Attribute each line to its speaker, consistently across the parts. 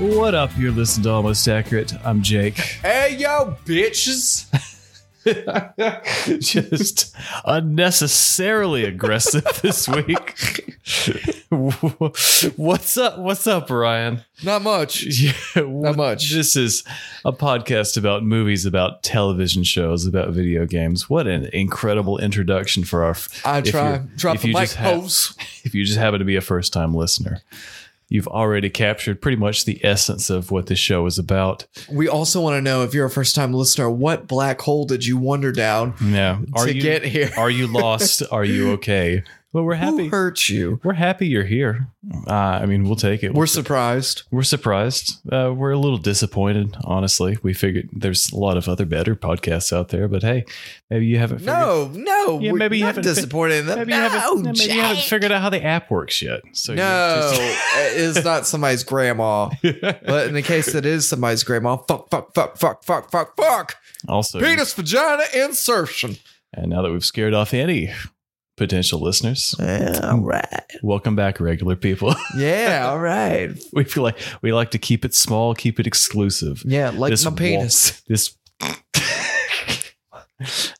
Speaker 1: What up? You're listening to Almost Accurate. I'm Jake.
Speaker 2: Hey, yo, bitches.
Speaker 1: Just unnecessarily aggressive this week. What's up? What's up, Ryan?
Speaker 2: Not much.
Speaker 1: Yeah, what-
Speaker 2: much.
Speaker 1: This is a podcast about movies, about television shows, about video games. What an incredible introduction for our.
Speaker 2: I
Speaker 1: if
Speaker 2: try.
Speaker 1: you're-
Speaker 2: Drop
Speaker 1: if
Speaker 2: the
Speaker 1: you
Speaker 2: mic,
Speaker 1: just ha-
Speaker 2: hoes.
Speaker 1: If you just happen to be a first time listener, you've already captured pretty much the essence of what this show is about.
Speaker 2: We also want to know if you're a first time listener, what black hole did you wander down
Speaker 1: Yeah. Are
Speaker 2: to
Speaker 1: you
Speaker 2: get here?
Speaker 1: Are you lost? Are you okay? Well, we're
Speaker 2: Who
Speaker 1: happy.
Speaker 2: hurt you?
Speaker 1: We're happy you're here. Uh, I mean, we'll take it.
Speaker 2: We're surprised.
Speaker 1: we're surprised. Uh, we're a little disappointed, honestly. We figured there's a lot of other better podcasts out there, but hey, maybe you haven't. Figured,
Speaker 2: No, no.
Speaker 1: Yeah,
Speaker 2: we're
Speaker 1: maybe you
Speaker 2: not
Speaker 1: haven't fi-
Speaker 2: disappointed in them.
Speaker 1: maybe, you
Speaker 2: no,
Speaker 1: haven't, maybe you haven't
Speaker 2: Jake.
Speaker 1: figured out how the app works yet. So you're
Speaker 2: no,
Speaker 1: just-
Speaker 2: it's not somebody's grandma. But in the case that is somebody's grandma, fuck, fuck, fuck, fuck, fuck, fuck, fuck.
Speaker 1: also,
Speaker 2: Penis vagina insertion.
Speaker 1: and now that we've scared off any potential listeners,
Speaker 2: Uh, all right.
Speaker 1: welcome back, regular people.
Speaker 2: Yeah, all right.
Speaker 1: we feel like we like to keep it small, keep it exclusive.
Speaker 2: Yeah, like
Speaker 1: This
Speaker 2: my
Speaker 1: wall-
Speaker 2: penis.
Speaker 1: this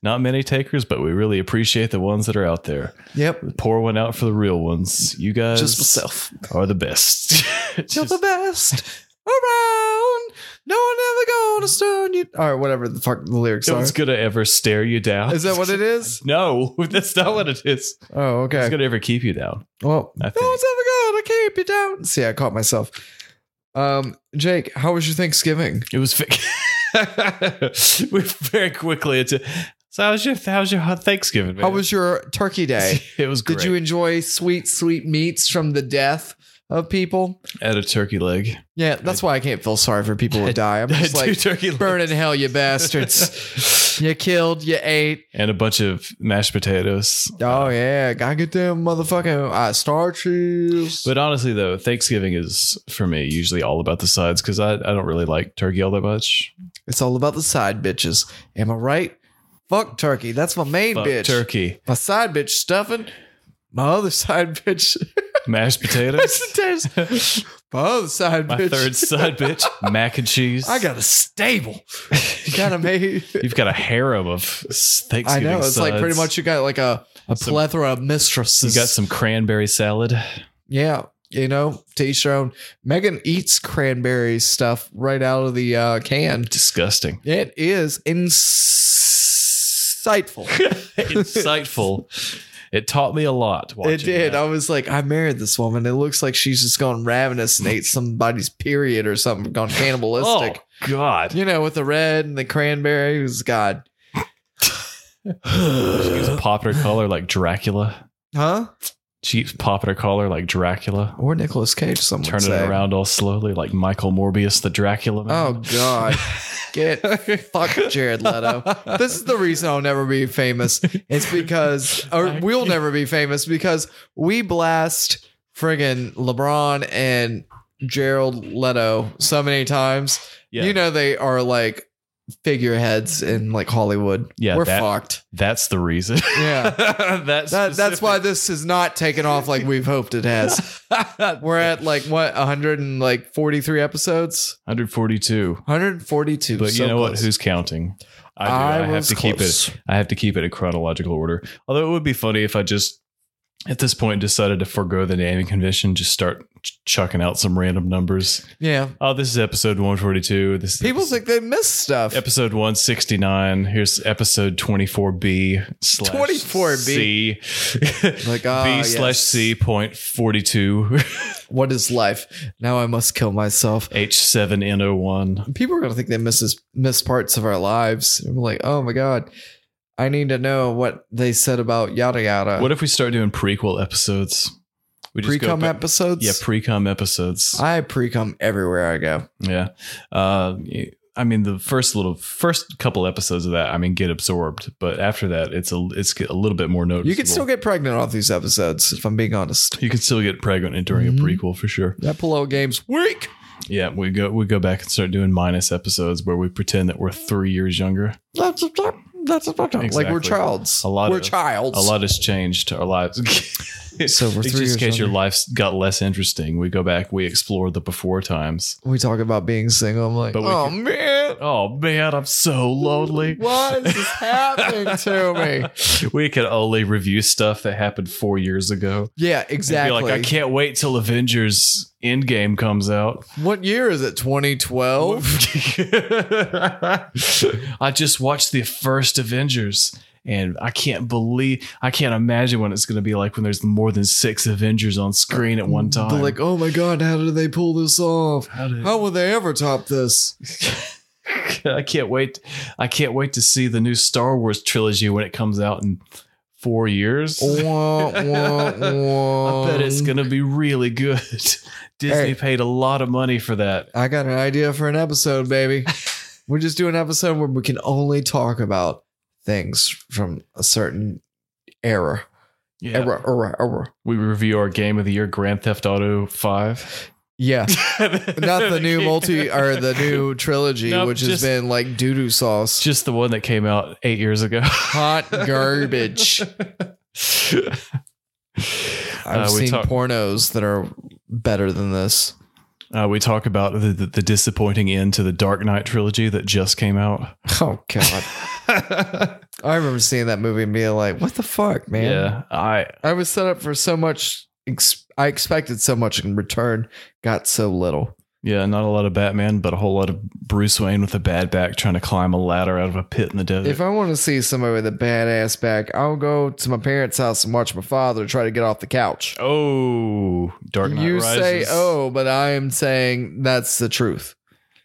Speaker 1: not many takers but we really appreciate the ones that are out there
Speaker 2: Yep.
Speaker 1: pour one out for the real ones you guys
Speaker 2: Just myself.
Speaker 1: are the best
Speaker 2: You're
Speaker 1: Just-
Speaker 2: the best around. No one ever gonna stone you. Or whatever the fuck the lyrics
Speaker 1: no
Speaker 2: are.
Speaker 1: one's gonna ever stare you down
Speaker 2: Is that what it is?
Speaker 1: no that's not what it is
Speaker 2: Oh,
Speaker 1: it's
Speaker 2: okay.
Speaker 1: gonna ever keep you down
Speaker 2: well,
Speaker 1: I
Speaker 2: no
Speaker 1: think.
Speaker 2: one's ever gonna keep you down. See, I caught myself. Um, Jake, how was your Thanksgiving?
Speaker 1: it was fi- we very quickly into so how's your how's your thanksgiving man?
Speaker 2: How was your Turkey Day?
Speaker 1: it was great
Speaker 2: Did you enjoy sweet, sweet meats from the death of people?
Speaker 1: at a turkey leg
Speaker 2: Yeah, that's why I can't feel sorry for people who die. I'm just
Speaker 1: Two
Speaker 2: like,
Speaker 1: turkey legs.
Speaker 2: burn in hell, you bastards. you killed, you ate,
Speaker 1: and a bunch of mashed potatoes
Speaker 2: Oh yeah, gotta get them motherfucking uh, starches.
Speaker 1: But honestly, though, Thanksgiving is for me usually all about the sides because I, I don't really like turkey all that much.
Speaker 2: it's all about the side bitches. Am I right? Fuck turkey. That's my main
Speaker 1: Fuck
Speaker 2: bitch.
Speaker 1: turkey,
Speaker 2: My side bitch stuffing. My other side bitch.
Speaker 1: mashed potatoes,
Speaker 2: Potatoes. my other side
Speaker 1: my
Speaker 2: bitch.
Speaker 1: third side bitch, mac and cheese.
Speaker 2: I got a stable. gotta make.
Speaker 1: You've got a harem of s-
Speaker 2: I
Speaker 1: Thanksgiving.
Speaker 2: know. It's like pretty
Speaker 1: sides.
Speaker 2: much you got like a, a
Speaker 1: Some-
Speaker 2: plethora of
Speaker 1: you
Speaker 2: mistresses.
Speaker 1: got some cranberry salad.
Speaker 2: Yeah. You know, to each their own. Megan eats cranberry stuff right out of the uh, can.
Speaker 1: Disgusting,
Speaker 2: It is insightful.
Speaker 1: insightful. It taught me a lot. Watching
Speaker 2: it did.
Speaker 1: that.
Speaker 2: I was like, I married this woman. It looks like she's just gone ravenous and ate somebody's period or something, gone
Speaker 1: Oh
Speaker 2: cannibalistic.
Speaker 1: God!
Speaker 2: You know, with the red and the cranberries. God.
Speaker 1: She was popping her collar like Dracula.
Speaker 2: Huh?
Speaker 1: She keeps popping her collar like Dracula.
Speaker 2: Or Nicolas Cage, someone
Speaker 1: Turning
Speaker 2: say.
Speaker 1: it around all slowly, like Michael Morbius, the Dracula. Man.
Speaker 2: Oh, God. Get fuck Jared Leto. This is the reason I'll never be famous. It's because, or we'll never be famous because we blast friggin' LeBron and Gerald Leto so many times.
Speaker 1: Yeah,
Speaker 2: You know they are like figureheads in like Hollywood.
Speaker 1: Yeah,
Speaker 2: we're
Speaker 1: that-
Speaker 2: fucked.
Speaker 1: that's the reason.
Speaker 2: Yeah,
Speaker 1: that's
Speaker 2: that, that's why this is not taken off like we've hoped it has. We're at like what 143 episodes,
Speaker 1: 142.
Speaker 2: 142.
Speaker 1: But
Speaker 2: so
Speaker 1: you know what?
Speaker 2: close.
Speaker 1: Who's counting? I, do.
Speaker 2: I
Speaker 1: I, have
Speaker 2: was
Speaker 1: to keep
Speaker 2: close.
Speaker 1: it. I have to keep it in chronological order. Although it would be funny if I just at this point decided to forego the naming convention, just start ch- chucking out some random numbers.
Speaker 2: yeah?
Speaker 1: Oh, this is episode 142. This is
Speaker 2: People
Speaker 1: episode-
Speaker 2: think they miss stuff.
Speaker 1: Episode 169. Here's episode 24B slash
Speaker 2: 24B.
Speaker 1: C.
Speaker 2: Like, ah,
Speaker 1: B
Speaker 2: yes.
Speaker 1: slash C point 42
Speaker 2: What is life? Now I must kill myself.
Speaker 1: H7N01.
Speaker 2: People are gonna think they miss miss parts of our lives. I'm like, oh my god. I need to know what they said about yada yada.
Speaker 1: What if we start doing prequel episodes? We
Speaker 2: pre
Speaker 1: go
Speaker 2: cum
Speaker 1: back-
Speaker 2: episodes?
Speaker 1: Yeah, pre-com episodes.
Speaker 2: I pre cum everywhere I go.
Speaker 1: yeah. Uh, I mean, the first little, first couple episodes of that, I mean, get absorbed, but after that, it's a, it's a little bit more noticeable.
Speaker 2: You can still get pregnant off these episodes, if I'm being honest.
Speaker 1: you can still get pregnant during
Speaker 2: Mhm.
Speaker 1: a prequel for sure.
Speaker 2: That Pillow game's weak.
Speaker 1: Yeah, we go we go back and start doing minus episodes where we pretend that we're three years younger.
Speaker 2: That's that's like we're
Speaker 1: Exactly.
Speaker 2: childs.
Speaker 1: A lot
Speaker 2: we're
Speaker 1: of-
Speaker 2: childs.
Speaker 1: A lot has changed. Our lives.
Speaker 2: So we're
Speaker 1: It's
Speaker 2: three
Speaker 1: just
Speaker 2: years
Speaker 1: in case your
Speaker 2: younger.
Speaker 1: life's got less interesting. We go back. We explore the before times.
Speaker 2: We talk about being single. I'm like,
Speaker 1: But we
Speaker 2: oh
Speaker 1: could-
Speaker 2: man,
Speaker 1: Oh man, I'm so lonely.
Speaker 2: why is this happening to me?
Speaker 1: we could only review stuff that happened four years ago.
Speaker 2: Yeah,
Speaker 1: And be
Speaker 2: exactly.
Speaker 1: like, I can't wait till Avengers Endgame comes out.
Speaker 2: What year is it? 2012.
Speaker 1: I just watched the first Avengers and I can't believe I can't imagine what it's going to be like when there's more than 6 Avengers on screen at one time.
Speaker 2: They're like, oh my god, how did they pull this off?
Speaker 1: How did-
Speaker 2: How will they ever top this?
Speaker 1: I can't wait I can't wait to see the new Star Wars trilogy when it comes out in 4 years.
Speaker 2: Wah, wah, wah.
Speaker 1: I bet it's going to be really good. Disney
Speaker 2: Um, Hey.
Speaker 1: paid a lot of money for that.
Speaker 2: I got an idea for an episode, baby. We're just doing an episode where we can only talk about things from a certain era.
Speaker 1: Yeah.
Speaker 2: Era, era, era.
Speaker 1: We review our game of the year Grand Theft Auto 5.
Speaker 2: Yeah. Not
Speaker 1: Not
Speaker 2: the new multi or the new trilogy,
Speaker 1: Nope,
Speaker 2: which has
Speaker 1: just-
Speaker 2: been like doo doo sauce.
Speaker 1: just the one that came out eight years ago.
Speaker 2: hot garbage. I've
Speaker 1: Uh, we
Speaker 2: seen
Speaker 1: talk-
Speaker 2: pornos that are better than this.
Speaker 1: Uh, we talk about the, the, the disappointing end to the Dark Knight trilogy that just came out.
Speaker 2: Oh god. I remember seeing that movie and being like, what the fuck, man?
Speaker 1: Yeah, I
Speaker 2: I was set up for so much ex- I expected so much in return, got so little.
Speaker 1: yeah, not a lot of Batman, but a whole lot of Bruce Wayne with a bad back trying to climb a ladder out of a pit in the desert.
Speaker 2: If I want to see somebody with a badass back, I'll go to my parents' house and watch my father try to get off the couch.
Speaker 1: oh, Dark Knight
Speaker 2: You
Speaker 1: Rises.
Speaker 2: say oh, but I am saying that's the truth.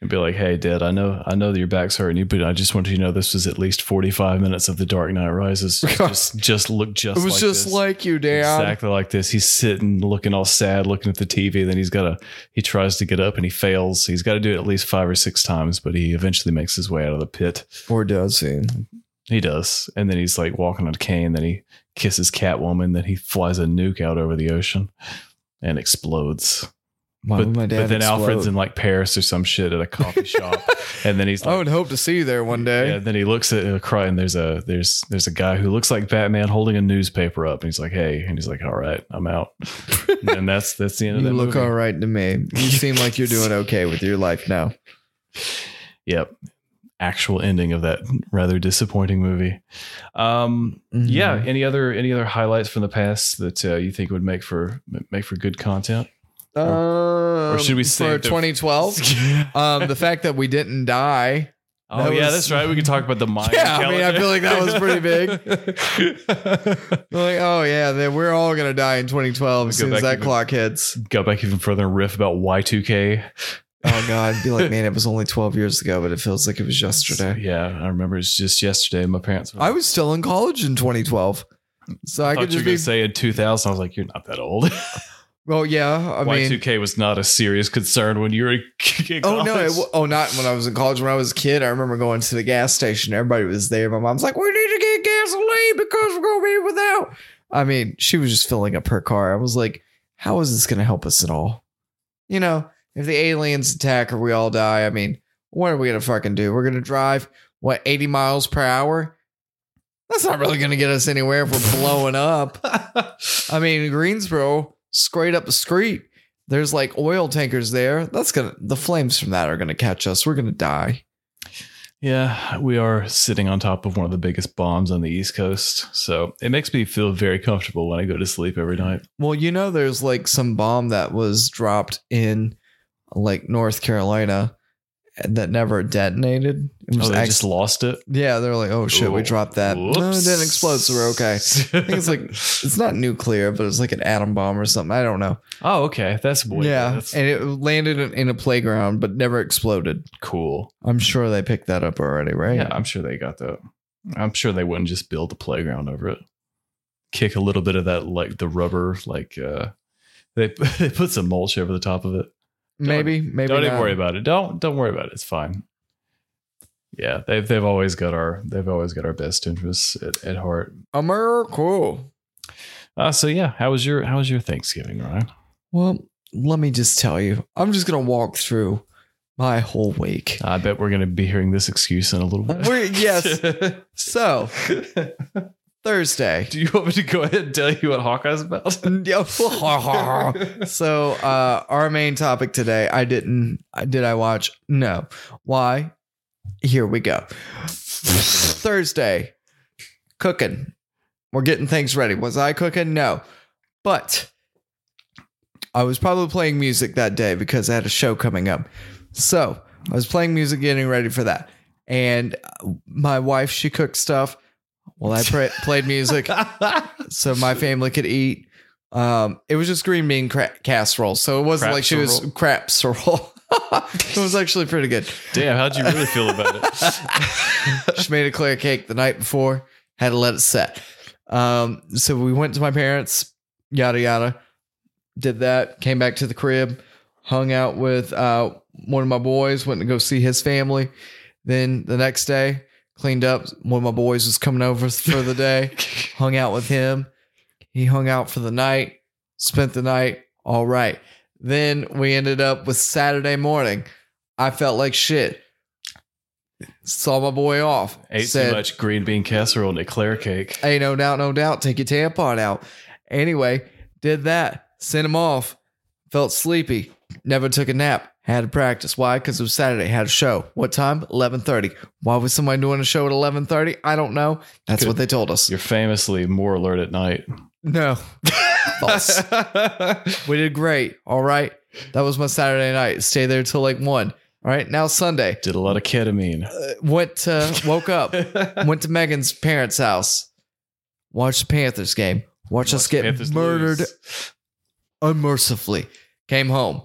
Speaker 1: and be like, "Hey, Dad, I know, I know that your back's hurting you, but I just wanted you to know this was at least forty-five minutes of The Dark Knight Rises. just, just look, just
Speaker 2: it was
Speaker 1: like
Speaker 2: just
Speaker 1: this.
Speaker 2: like you, Dad.
Speaker 1: exactly like this. He's sitting, looking all sad, looking at the TV. Then he's got to, he tries to get up and he fails. He's got to do it at least five or six times, but he eventually makes his way out of the pit.
Speaker 2: Or does he?
Speaker 1: He does, and then he's like walking on a cane. Then he kisses Catwoman. Then he flies a nuke out over the ocean and explodes.
Speaker 2: Why
Speaker 1: but,
Speaker 2: would my dad
Speaker 1: but then Alfred's
Speaker 2: explode?
Speaker 1: in like Paris or some shit at a coffee shop, and then he's like,
Speaker 2: I would hope to see you there one day.
Speaker 1: yeah, then he looks at a cry, and there's a there's there's a guy who looks like Batman holding a newspaper up, and he's like, "Hey," and he's like, "All right, I'm out." and that's that's the end of
Speaker 2: you
Speaker 1: that
Speaker 2: look
Speaker 1: movie.
Speaker 2: all right to me. You seem like you're doing okay with your life now.
Speaker 1: Yep, actual ending of that rather disappointing movie. Um,
Speaker 2: Mhm.
Speaker 1: yeah. Any other any other highlights from the past that uh, you think would make for make for good content?
Speaker 2: or
Speaker 1: should we
Speaker 2: for
Speaker 1: save the-
Speaker 2: 2012? um, the fact that we didn't die.
Speaker 1: oh
Speaker 2: That
Speaker 1: yeah,
Speaker 2: was-
Speaker 1: that's right. We can talk about the Mayan
Speaker 2: Yeah, I mean, I
Speaker 1: calendar.
Speaker 2: feel like that was pretty big. Like, oh yeah, then we're all gonna die in 2012 as
Speaker 1: Go
Speaker 2: soon as
Speaker 1: back
Speaker 2: that
Speaker 1: even-
Speaker 2: clock hits.
Speaker 1: Go back even further and riff about Y2K.
Speaker 2: Oh god, I'd be like, man, it was only 12 years ago, but it feels like it was yesterday.
Speaker 1: Yeah, I remember it's just yesterday. My parents. Were
Speaker 2: I was still in college in 2012, so I,
Speaker 1: I, thought
Speaker 2: could
Speaker 1: you were
Speaker 2: just
Speaker 1: going
Speaker 2: be.
Speaker 1: to say in 2000. I was like, you're not that old.
Speaker 2: well, yeah, I mean,
Speaker 1: Y2K was not a serious concern when you were a kid.
Speaker 2: Oh no! It, wa- oh, not when I was in college. When I was a kid, I remember going to the gas station. Everybody was there. My mom's like, "We need to get gasoline because we're gonna be without." I mean, she was just filling up her car. I was like, "How is this gonna help us at all?" You know, if the aliens attack or we all die, I mean, what are we gonna fucking do? We're gonna drive what eighty miles per hour. That's not really gonna get us anywhere if we're blowing up. I mean, Greensboro, straight up the street. There's like oil tankers there. That's gonna the flames from that are gonna catch us. We're gonna die.
Speaker 1: yeah, we are sitting on top of one of the biggest bombs on the East Coast. So it makes me feel very comfortable when I go to sleep every night.
Speaker 2: Well, you know, there's like some bomb that was dropped in like North Carolina that never detonated. It
Speaker 1: Oh,
Speaker 2: was
Speaker 1: they
Speaker 2: act-
Speaker 1: just lost it.
Speaker 2: yeah, they're like, oh shit, we
Speaker 1: Ooh,
Speaker 2: dropped that. No, it
Speaker 1: whoops.
Speaker 2: didn't explode, so we're okay. I think it's like it's not nuclear, but it's like an atom bomb or something. I don't know.
Speaker 1: oh, okay. That's way
Speaker 2: yeah,
Speaker 1: That's
Speaker 2: and it landed in, in a playground, but never exploded.
Speaker 1: cool.
Speaker 2: I'm sure they picked that up already, right?
Speaker 1: Yeah, I'm sure they got that. I'm sure they wouldn't just build the playground over it. Kick a little bit of that like the rubber, like uh they they put some mulch over the top of it.
Speaker 2: Maybe, maybe.
Speaker 1: don't even
Speaker 2: not.
Speaker 1: worry about it. Don't don't worry about it. It's fine. Yeah, they've they've always got our they've always got our best interests at, at heart.
Speaker 2: America.
Speaker 1: Uh so yeah, how was your how was your Thanksgiving, Ryan?
Speaker 2: Well, let me just tell you, I'm just gonna walk through my whole week.
Speaker 1: I bet we're gonna be hearing this excuse in a little bit.
Speaker 2: We're- yes. So Thursday.
Speaker 1: Do you want me to go ahead and tell you what Hawkeye's about?
Speaker 2: so uh, our main topic today, I didn't. I- Did I watch? No. Why? Here we go. Thursday, cooking. We're getting things ready. Was I cooking? No, but I was probably playing music that day because I had a show coming up. So I was playing music, getting ready for that. And uh, my wife, she cooked stuff. Well, I pra- played music so my family could eat. Um, it was just green bean cra- casserole, so it wasn't like she was
Speaker 1: Crapserole.
Speaker 2: crap casserole. it was actually pretty good.
Speaker 1: Damn, how'd you really feel about it?
Speaker 2: She made a clear cake the night before, had to let it set. Um, so we went to my parents, yada yada, did that, came back to the crib, hung out with uh, one of my boys, went to go see his family. Then the next day, cleaned up. One of my boys was coming over for the day, hung out with him. He hung out for the night, spent the night. All right. Then we ended up with Saturday morning. I felt like shit. Saw my boy off.
Speaker 1: Ate
Speaker 2: Said,
Speaker 1: too much green bean casserole and eclair cake.
Speaker 2: Hey, no doubt, no doubt. Take your tampon out. Anyway, did that. Sent him off. Felt sleepy. Never took a nap. Had to practice. Why? Because it was Saturday. Had a show. What time? Eleven thirty. Why was somebody doing a show at eleven thirty? I don't know. That's what they told us.
Speaker 1: You're famously more alert at night.
Speaker 2: No. False. we did great. All right. That was my Saturday night. Stay there till like one. All right. Now Sunday.
Speaker 1: Did a lot of ketamine.
Speaker 2: Uh, went to woke up. went to Megan's parents' house. Watched the Panthers game. Watched us
Speaker 1: Watch
Speaker 2: get
Speaker 1: Panthers
Speaker 2: murdered
Speaker 1: lose.
Speaker 2: unmercifully. Came home.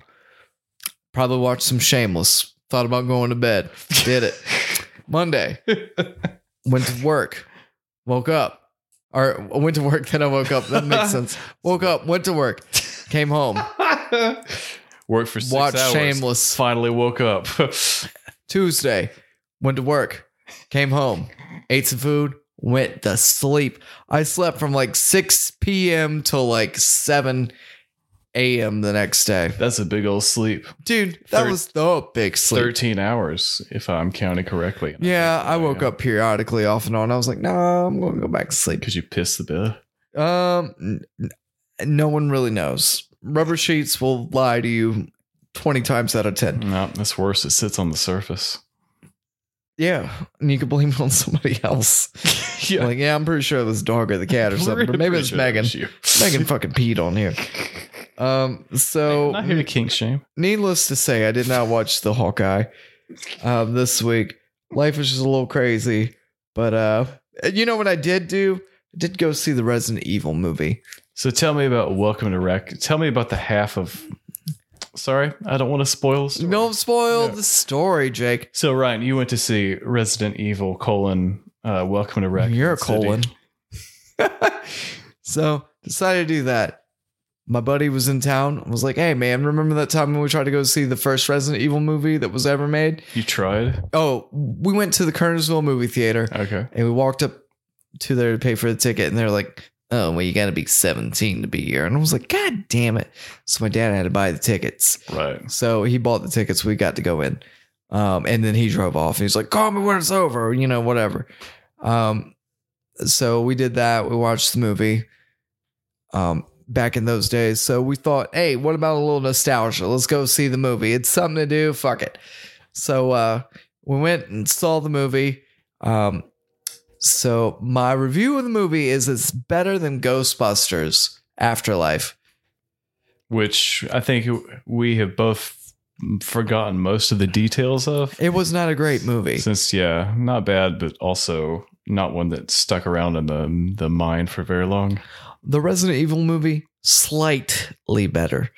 Speaker 2: Probably watched some Shameless. Thought about going to bed. Did it. Monday. Went to work. Woke up. Or went to work, then I woke up. That makes sense. Woke up, went to work, came home.
Speaker 1: Worked for six
Speaker 2: Watch
Speaker 1: hours.
Speaker 2: Shameless.
Speaker 1: Finally woke up.
Speaker 2: Tuesday, went to work, came home, ate some food, went to sleep. I slept from like 6 p.m. till like 7 a.m. the next day.
Speaker 1: That's a big old sleep.
Speaker 2: Dude, that
Speaker 1: Thir-
Speaker 2: was the big sleep.
Speaker 1: Thirteen hours, if I'm counting correctly.
Speaker 2: Yeah, I woke
Speaker 1: yeah.
Speaker 2: up periodically off and on. I was like, nah, I'm going to go back to sleep.
Speaker 1: Because you pissed the bed.
Speaker 2: Um, n- n- no one really knows. Rubber sheets will lie to you 20 times out of 10.
Speaker 1: No, that's worse. It sits on the surface.
Speaker 2: Yeah. And you can blame it on somebody else.
Speaker 1: Yeah.
Speaker 2: Like, yeah, I'm pretty sure it was dog or the cat or something, but maybe it's Megan. Megan fucking peed on here. Um, so
Speaker 1: Not here to kink shame.
Speaker 2: needless to say, I did not watch the Hawkeye um, this week. Life was just a little crazy, but uh, you know what I did do? I did go see the Resident Evil movie.
Speaker 1: So tell me about Welcome to Wreck. Tell me about the half of. Sorry, I don't want to spoil. the story.
Speaker 2: No spoil
Speaker 1: No.
Speaker 2: the story, Jake.
Speaker 1: So Ryan, you went to see Resident Evil colon uh, Welcome to Wreck.
Speaker 2: You're a
Speaker 1: City.
Speaker 2: colon. so decided to do that. My buddy was in town. I was like, hey man, remember that time when we tried to go see the first Resident Evil movie that was ever made?
Speaker 1: You tried.
Speaker 2: Oh, we went to the Kernersville movie theater
Speaker 1: Okay.
Speaker 2: and we walked up to there to pay for the ticket and they're like, Oh, well, you gotta be 17 to be here. And I was like, God damn it. So my dad had to buy the tickets.
Speaker 1: Right.
Speaker 2: So he bought the tickets, we got to go in. Um, and then he drove off and he's like, Call me when it's over, you know, whatever. Um, so we did that, we watched the movie. Um Back in those days. So we thought, hey, what about a little nostalgia? Let's go see the movie. It's something to do. Fuck it. So uh, we went and saw the movie. Um, so my review of the movie is it's better than Ghostbusters Afterlife.
Speaker 1: Which I think we have both forgotten most of the details of.
Speaker 2: It was not a great movie.
Speaker 1: Since yeah, not bad, but also not one that stuck around in the the mind for very long.
Speaker 2: The Resident Evil movie slightly better,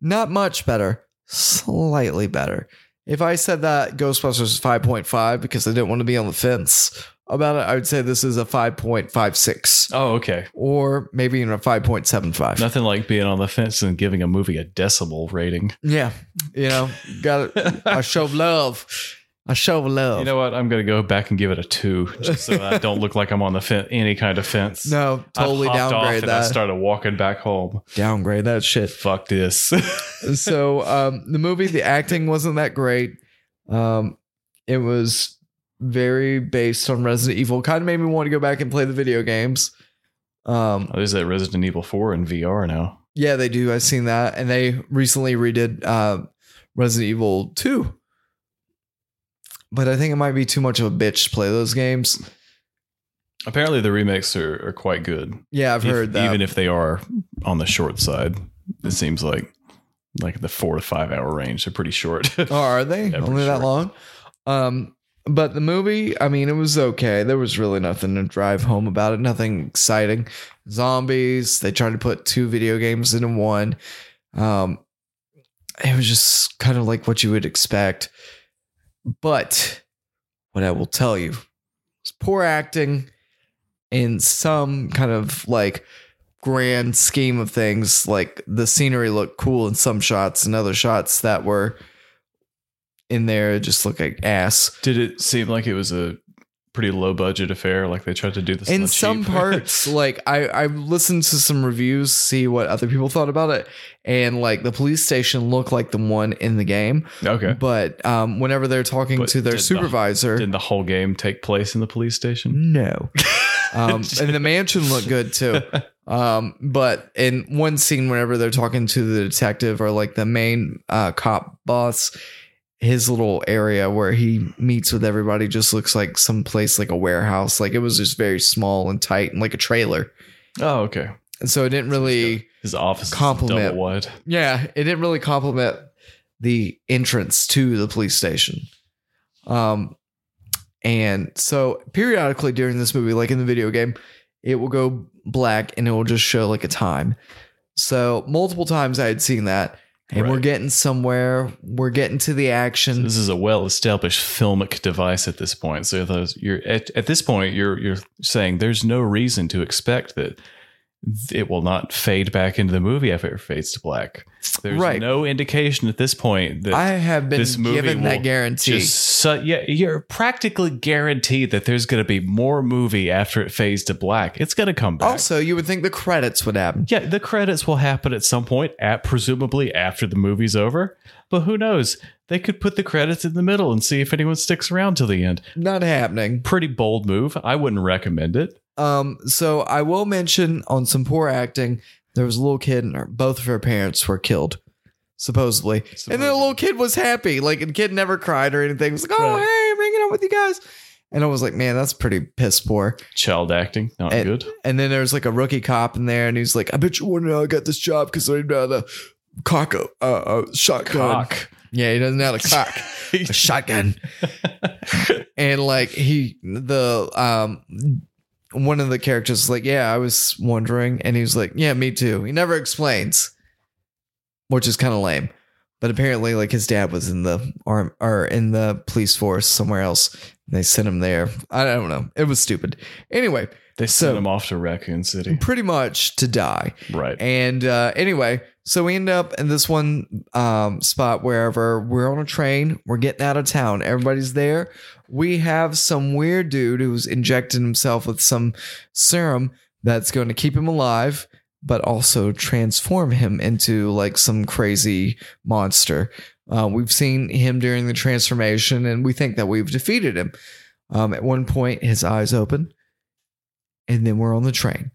Speaker 2: not much better, slightly better. If I said that Ghostbusters is 5.5 because I didn't want to be on the fence about it, I would say this is a 5.56
Speaker 1: Oh, okay.
Speaker 2: or maybe even a 5.75.
Speaker 1: Nothing like being on the fence and giving a movie a decimal rating.
Speaker 2: Yeah. You know, got a, a show of love. A show of love.
Speaker 1: You know what? I'm going to go back and give it a two just so I don't look like I'm on the fence, any kind of fence.
Speaker 2: no,
Speaker 1: I
Speaker 2: totally
Speaker 1: hopped off
Speaker 2: downgrade
Speaker 1: and I
Speaker 2: that.
Speaker 1: started walking back home.
Speaker 2: downgrade that shit.
Speaker 1: Fuck this.
Speaker 2: so um, the movie, the acting wasn't that great. Um, it was very based on Resident Evil. Kind of made me want to go back and play the video games. Um,
Speaker 1: There's that Resident Evil 4 in VR now.
Speaker 2: yeah, they do. I've seen that, and they recently redid uh, Resident Evil Two. But I think it might be too much of a bitch to play those games.
Speaker 1: Apparently, the remakes are, are quite good.
Speaker 2: Yeah, I've
Speaker 1: If-
Speaker 2: heard that.
Speaker 1: Even if they are on the short side, it seems like like the four to five hour range. They're pretty short.
Speaker 2: Oh, are they
Speaker 1: Yeah, for
Speaker 2: only that
Speaker 1: sure.
Speaker 2: long? Um, but the movie, I mean, it was okay. There was really nothing to drive home about it. Nothing exciting. Zombies. They tried to put two video games into one. Um, it was just kind of like what you would expect. But what I will tell you is poor acting in some kind of like grand scheme of things. Like the scenery looked cool in some shots, and other shots that were in there just look like ass.
Speaker 1: Did it seem like it was a pretty low budget affair? Like they tried to do this on
Speaker 2: In
Speaker 1: the
Speaker 2: some
Speaker 1: cheap?
Speaker 2: parts, like I, I listened to some reviews, see what other people thought about it, and like the police station looked like the one in the game.
Speaker 1: okay.
Speaker 2: But um, whenever they're talking
Speaker 1: But
Speaker 2: to their
Speaker 1: did the-
Speaker 2: supervisor,
Speaker 1: Did the whole game take place in the police station?
Speaker 2: No. Um, and the mansion looked good too. Um, but in one scene, whenever they're talking to the detective or like the main uh, cop boss, his little area where he meets with everybody just looks like some place like a warehouse. Like it was just very small and tight and like a trailer. Mm.
Speaker 1: Oh, okay.
Speaker 2: And so it didn't really,
Speaker 1: His office
Speaker 2: Compliment.
Speaker 1: is double wide.
Speaker 2: yeah, it didn't really complement the entrance to the police station. Um, and so periodically during this movie, like in the video game, it will go black and it will just show like a time. So multiple times I had seen that, and we're
Speaker 1: Right.
Speaker 2: getting somewhere. We're getting to the action.
Speaker 1: This is a well-established filmic device at this point. So those, you're at, at this point, you're you're saying there's no reason to expect that it will not fade back into the movie if it fades to black. There's
Speaker 2: Right.
Speaker 1: no indication at this point that
Speaker 2: I have been
Speaker 1: this movie
Speaker 2: given
Speaker 1: will
Speaker 2: that guarantee.
Speaker 1: just so, yeah, you're practically guaranteed that there's going to be more movie after it fades to black. It's going to come back.
Speaker 2: also, you would think the credits would happen.
Speaker 1: Yeah, the credits will happen at some point, at presumably after the movie's over. But who knows? They could put the credits in the middle and see if anyone sticks around till the end.
Speaker 2: Not happening.
Speaker 1: Pretty bold move. I wouldn't recommend it.
Speaker 2: Um, so I will mention on some poor acting, there was a little kid and her, both of her parents were killed, supposedly. And then the little kid was happy. Like the kid never cried or anything. It was like, oh
Speaker 1: Right.
Speaker 2: hey, I'm hanging out with you guys. And I was like, man, that's pretty piss poor.
Speaker 1: Child acting, not
Speaker 2: And-
Speaker 1: good.
Speaker 2: And then there's like a rookie cop in there, and he's like, I bet you wonder how I got this job because I know how to cock a, a, a shotgun.
Speaker 1: Cock.
Speaker 2: Yeah, he doesn't know how to cock a shotgun. and like he the um one of the characters is like, Yeah, I was wondering, and he was like, Yeah, me too. He never explains. Which is kind of lame. But apparently, like his dad was in the arm or in the police force somewhere else. They sent him there. I don't know. It was stupid. Anyway,
Speaker 1: They
Speaker 2: So-
Speaker 1: sent him off to Raccoon City.
Speaker 2: pretty much to die.
Speaker 1: Right.
Speaker 2: And uh, anyway, so we end up in this one um, spot wherever we're on a train, we're getting out of town, everybody's there. We have some weird dude who's injected himself with some serum that's going to keep him alive, but also transform him into like some crazy monster. Uh, we've seen him during the transformation, and we think that we've defeated him. Um, at one point, his eyes open, and then we're on the train,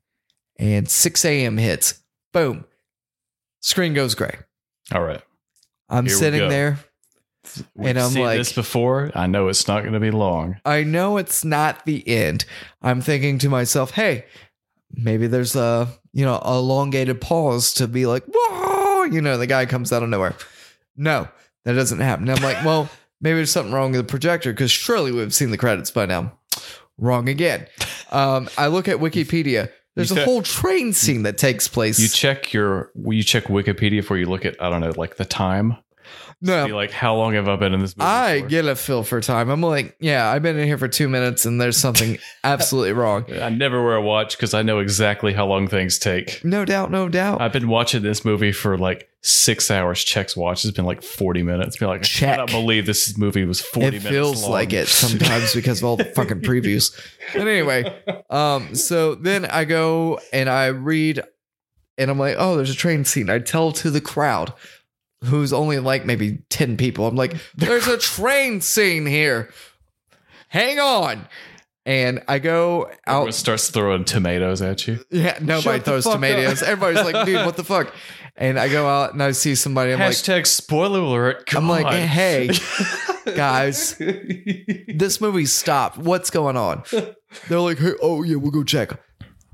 Speaker 2: and 6 a.m. hits. Boom. Screen goes gray.
Speaker 1: All right.
Speaker 2: I'm
Speaker 1: Here we
Speaker 2: sitting
Speaker 1: go.
Speaker 2: there.
Speaker 1: We've
Speaker 2: I'm
Speaker 1: seen
Speaker 2: like-
Speaker 1: this before. I know it's not going to be long.
Speaker 2: I know it's not the end. I'm thinking to myself, hey, maybe there's a you know elongated pause to be like, whoa, you know, the guy comes out of nowhere. No, that doesn't happen. I'm like, well, maybe there's something wrong with the projector because surely we've seen the credits by now. Wrong again. Um, I look at Wikipedia. There's a
Speaker 1: Yeah.
Speaker 2: whole train scene that takes place.
Speaker 1: You check your you check Wikipedia before you look at I don't know like the time. Be
Speaker 2: No,
Speaker 1: like, how long have I been in this movie?
Speaker 2: I
Speaker 1: for?
Speaker 2: get a feel for time. I'm like, yeah, I've been in here for two minutes and there's something absolutely wrong.
Speaker 1: I never wear a watch because I know exactly how long things take.
Speaker 2: No doubt, no doubt.
Speaker 1: I've been watching this movie for like six hours. Checks watch has been like forty minutes. Been like, I
Speaker 2: Check.
Speaker 1: cannot believe this movie was forty
Speaker 2: it
Speaker 1: minutes.
Speaker 2: feels
Speaker 1: long.
Speaker 2: like it sometimes because of all the fucking previews. But anyway, um, so then I go and I read, and I'm like, oh, there's a train scene. I tell to the crowd, who's only like maybe ten people. I'm like, there's a train scene here. Hang on, and I go
Speaker 1: Everyone
Speaker 2: out.
Speaker 1: starts throwing tomatoes at you.
Speaker 2: Yeah, nobody
Speaker 1: Shut the
Speaker 2: throws
Speaker 1: fuck up.
Speaker 2: tomatoes. Everybody's like, dude, what the fuck? And I go out and I see somebody. I'm like,
Speaker 1: Hashtag spoiler alert.
Speaker 2: I'm like,
Speaker 1: God.
Speaker 2: hey, guys, this movie stopped. What's going on? They're like, hey, oh yeah, we'll go check.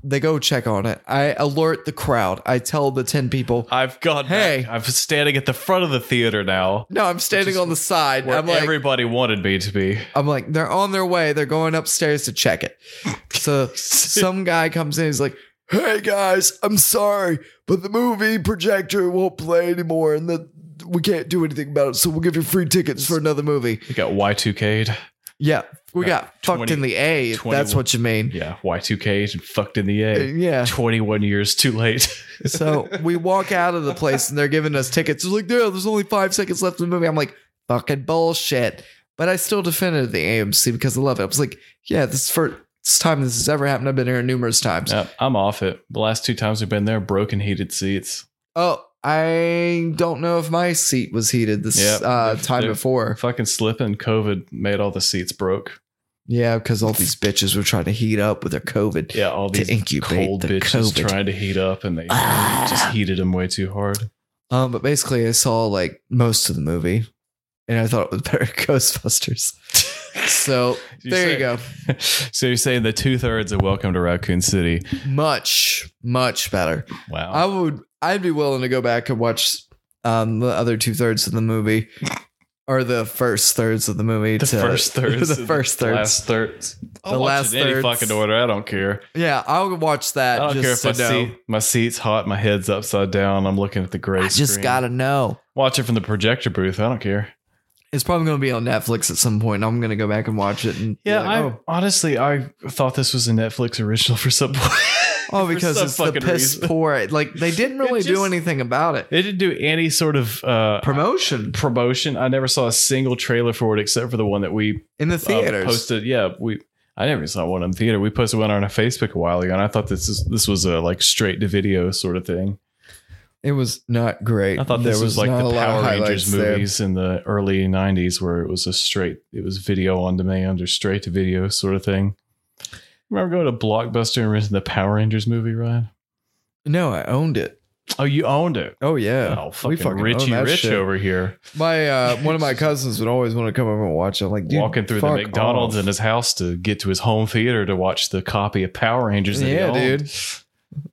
Speaker 2: They go check on it. I alert the crowd. I tell the ten people.
Speaker 1: I've gone.
Speaker 2: Hey.
Speaker 1: back. I'm standing at the front of the theater now,
Speaker 2: No, I'm standing on the side.
Speaker 1: where
Speaker 2: I'm like,
Speaker 1: everybody wanted me to be.
Speaker 2: I'm like, they're on their way. They're going upstairs to check it. So some guy comes in. He's like, hey guys, I'm sorry, but the movie projector won't play anymore, and the we can't do anything about it. So we'll give you free tickets for another movie.
Speaker 1: We got Y2K'd.
Speaker 2: Yeah, we
Speaker 1: Yeah,
Speaker 2: got fucked
Speaker 1: 20
Speaker 2: in the A. If
Speaker 1: 21
Speaker 2: that's what you mean.
Speaker 1: Yeah, Y2K'd and fucked in the
Speaker 2: Uh,
Speaker 1: A.
Speaker 2: Yeah.
Speaker 1: 21 years too late.
Speaker 2: So we walk out of the place and they're giving us tickets. It's like, dude, there's only five seconds left in the movie. I'm like, fucking bullshit. But I still defended the AMC because I love it. I was like, yeah, this is first time this has ever happened. I've been here numerous times.
Speaker 1: Yeah, I'm off it. The last two times we've been there, broken heated seats.
Speaker 2: Oh, I don't know if my seat was heated this
Speaker 1: Yeah.
Speaker 2: uh, time
Speaker 1: Yeah.
Speaker 2: before.
Speaker 1: Fucking slipping. COVID made all the seats broke.
Speaker 2: Yeah, because all these bitches were trying to heat up with their COVID.
Speaker 1: Yeah, all
Speaker 2: To
Speaker 1: these
Speaker 2: incubate
Speaker 1: cold
Speaker 2: the
Speaker 1: bitches
Speaker 2: COVID.
Speaker 1: trying to heat up, and they
Speaker 2: Ah.
Speaker 1: just heated them way too hard.
Speaker 2: Um, but basically, I saw like most of the movie, and I thought it was better than Ghostbusters. so
Speaker 1: You
Speaker 2: there you
Speaker 1: say-
Speaker 2: go.
Speaker 1: So you're saying the two thirds of Welcome to Raccoon City?
Speaker 2: Much, much better.
Speaker 1: Wow.
Speaker 2: I would. I'd be willing to go back and watch um, the other two thirds of the movie, or the first thirds of the movie.
Speaker 1: the
Speaker 2: to-
Speaker 1: first thirds,
Speaker 2: the first thirds.
Speaker 1: last thirds, I'll
Speaker 2: The
Speaker 1: watch
Speaker 2: last
Speaker 1: it in any
Speaker 2: thirds.
Speaker 1: fucking order. I don't care.
Speaker 2: Yeah, I would watch
Speaker 1: I
Speaker 2: that.
Speaker 1: don't
Speaker 2: just
Speaker 1: care if
Speaker 2: to
Speaker 1: my
Speaker 2: know.
Speaker 1: seat, my seat's hot, my head's upside down. I'm looking at the gray
Speaker 2: I just
Speaker 1: screen.
Speaker 2: gotta know.
Speaker 1: watch it from the projector booth. I don't care.
Speaker 2: It's probably gonna be on Netflix at some point. I'm gonna go back and watch it. And be
Speaker 1: Yeah,
Speaker 2: like,
Speaker 1: I
Speaker 2: oh,
Speaker 1: honestly I thought this was a Netflix original for some point. for
Speaker 2: oh, because
Speaker 1: some
Speaker 2: it's the
Speaker 1: fucking
Speaker 2: piss
Speaker 1: reason.
Speaker 2: poor. Like they didn't really do
Speaker 1: just-
Speaker 2: anything about it.
Speaker 1: They didn't do any sort of uh,
Speaker 2: Promotion
Speaker 1: promotion. I never saw a single trailer for it except for the one that we
Speaker 2: in the
Speaker 1: uh,
Speaker 2: theaters.
Speaker 1: posted. Yeah, we. I never saw one in theater. We posted one on our Facebook a while ago, and I thought this is this was a like straight to video sort of thing.
Speaker 2: it was not great.
Speaker 1: I thought this
Speaker 2: There
Speaker 1: was like
Speaker 2: not
Speaker 1: the
Speaker 2: a lot of
Speaker 1: Power
Speaker 2: highlights
Speaker 1: Rangers
Speaker 2: there.
Speaker 1: movies in the early '90s, where it was a straight, it was video on demand or straight to video sort of thing. Remember going to Blockbuster and renting the Power Rangers movie, Ryan?
Speaker 2: No, I owned it.
Speaker 1: Oh, you owned it.
Speaker 2: Oh yeah,
Speaker 1: Oh, fucking, Richie
Speaker 2: own that
Speaker 1: Rich
Speaker 2: shit.
Speaker 1: over here,
Speaker 2: My uh, one of my cousins would always want to come over and watch. it. I'm like, dude,
Speaker 1: walking through the
Speaker 2: fuck
Speaker 1: McDonald's
Speaker 2: off.
Speaker 1: in his house to get to his home theater to watch the copy of Power Rangers. That
Speaker 2: Yeah,
Speaker 1: he owned.
Speaker 2: dude.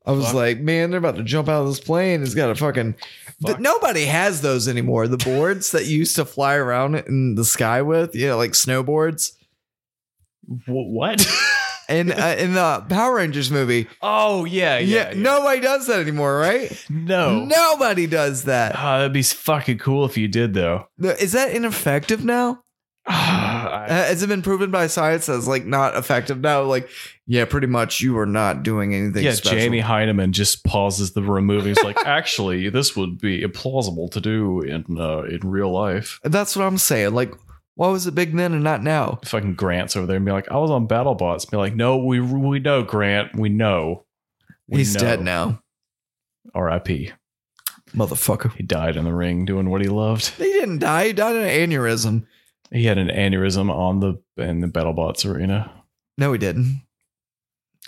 Speaker 2: I was
Speaker 1: "Oh, Fuck.
Speaker 2: like, man, they're about to jump out of this plane. It's got a fucking. Th-
Speaker 1: Fuck.
Speaker 2: nobody has those anymore. The boards that you used to fly around in the sky with, you know, like snowboards.
Speaker 1: Wh- what?
Speaker 2: And uh, in the Power Rangers movie,
Speaker 1: oh yeah,
Speaker 2: yeah,
Speaker 1: yeah, yeah.
Speaker 2: nobody does that anymore, right?
Speaker 1: no.
Speaker 2: Nobody does that.
Speaker 1: Ah, that'd be fucking cool if you did though.
Speaker 2: No, Is that ineffective now?
Speaker 1: Ah, I-
Speaker 2: Uh, Has it been proven by science as like not effective now? Like, yeah, pretty much. You are not doing anything.
Speaker 1: yeah,
Speaker 2: special.
Speaker 1: Jamie Heineman just pauses the room movie. He's like, actually, this would be implausible to do in uh, in real life.
Speaker 2: That's what I'm saying. Like, why was it big then and not now?
Speaker 1: Fucking Grant's over there and be like, I was on BattleBots. Be like, no, we we know Grant, we know. We
Speaker 2: He's
Speaker 1: know."
Speaker 2: dead now,
Speaker 1: R.I.P.
Speaker 2: motherfucker.
Speaker 1: He died in the ring doing what he loved.
Speaker 2: He didn't die. He died in an aneurysm.
Speaker 1: He had an aneurysm on the in the BattleBots arena.
Speaker 2: No, he didn't.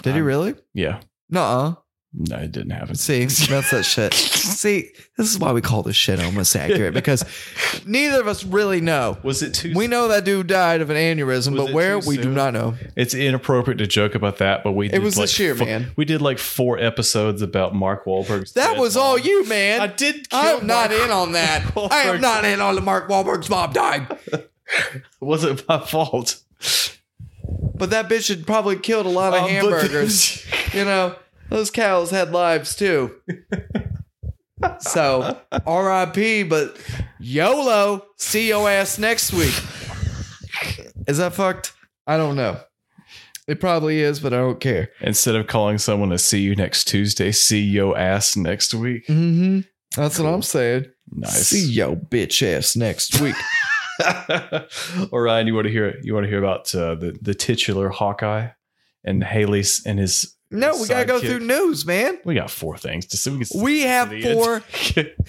Speaker 2: Did he
Speaker 1: Um,
Speaker 2: really?
Speaker 1: Yeah,
Speaker 2: Nuh-uh.
Speaker 1: no, it didn't happen.
Speaker 2: See, that's that shit. See, this is why we call this shit almost accurate because neither of us really know.
Speaker 1: Was it too?
Speaker 2: We know that dude died of an aneurysm,
Speaker 1: Was
Speaker 2: but
Speaker 1: it
Speaker 2: where
Speaker 1: too
Speaker 2: we do
Speaker 1: soon?
Speaker 2: not know.
Speaker 1: It's inappropriate to joke about that, but we.
Speaker 2: It
Speaker 1: did
Speaker 2: was
Speaker 1: like
Speaker 2: this year,
Speaker 1: fo-
Speaker 2: man.
Speaker 1: We did like four episodes about Mark Wahlberg's.
Speaker 2: That
Speaker 1: dead
Speaker 2: was all
Speaker 1: mom.
Speaker 2: you, man.
Speaker 1: I did. Kill
Speaker 2: I'm not
Speaker 1: Mark-
Speaker 2: in on that. I am
Speaker 1: Wahlberg's-
Speaker 2: not in on the Mark Wahlberg's mom dying.
Speaker 1: wasn't my fault.
Speaker 2: But that bitch had probably killed a lot of
Speaker 1: Um, but
Speaker 2: hamburgers. you know, those cows had lives too. So, R.I.P. But YOLO, see your ass next week. is that fucked? I don't know. It probably is, but I don't care.
Speaker 1: Instead of calling someone to see you next Tuesday, see yo ass next week.
Speaker 2: Mm-hmm. That's what
Speaker 1: Cool.
Speaker 2: I'm saying.
Speaker 1: Nice.
Speaker 2: See your bitch ass next week.
Speaker 1: or Ryan, you want to hear you want to hear about uh, the the titular Hawkeye and Haley s- and his.
Speaker 2: no, we gotta go
Speaker 1: Sidekick.
Speaker 2: through news, man.
Speaker 1: We got four things to see. We, can-
Speaker 2: We have
Speaker 1: The end.
Speaker 2: four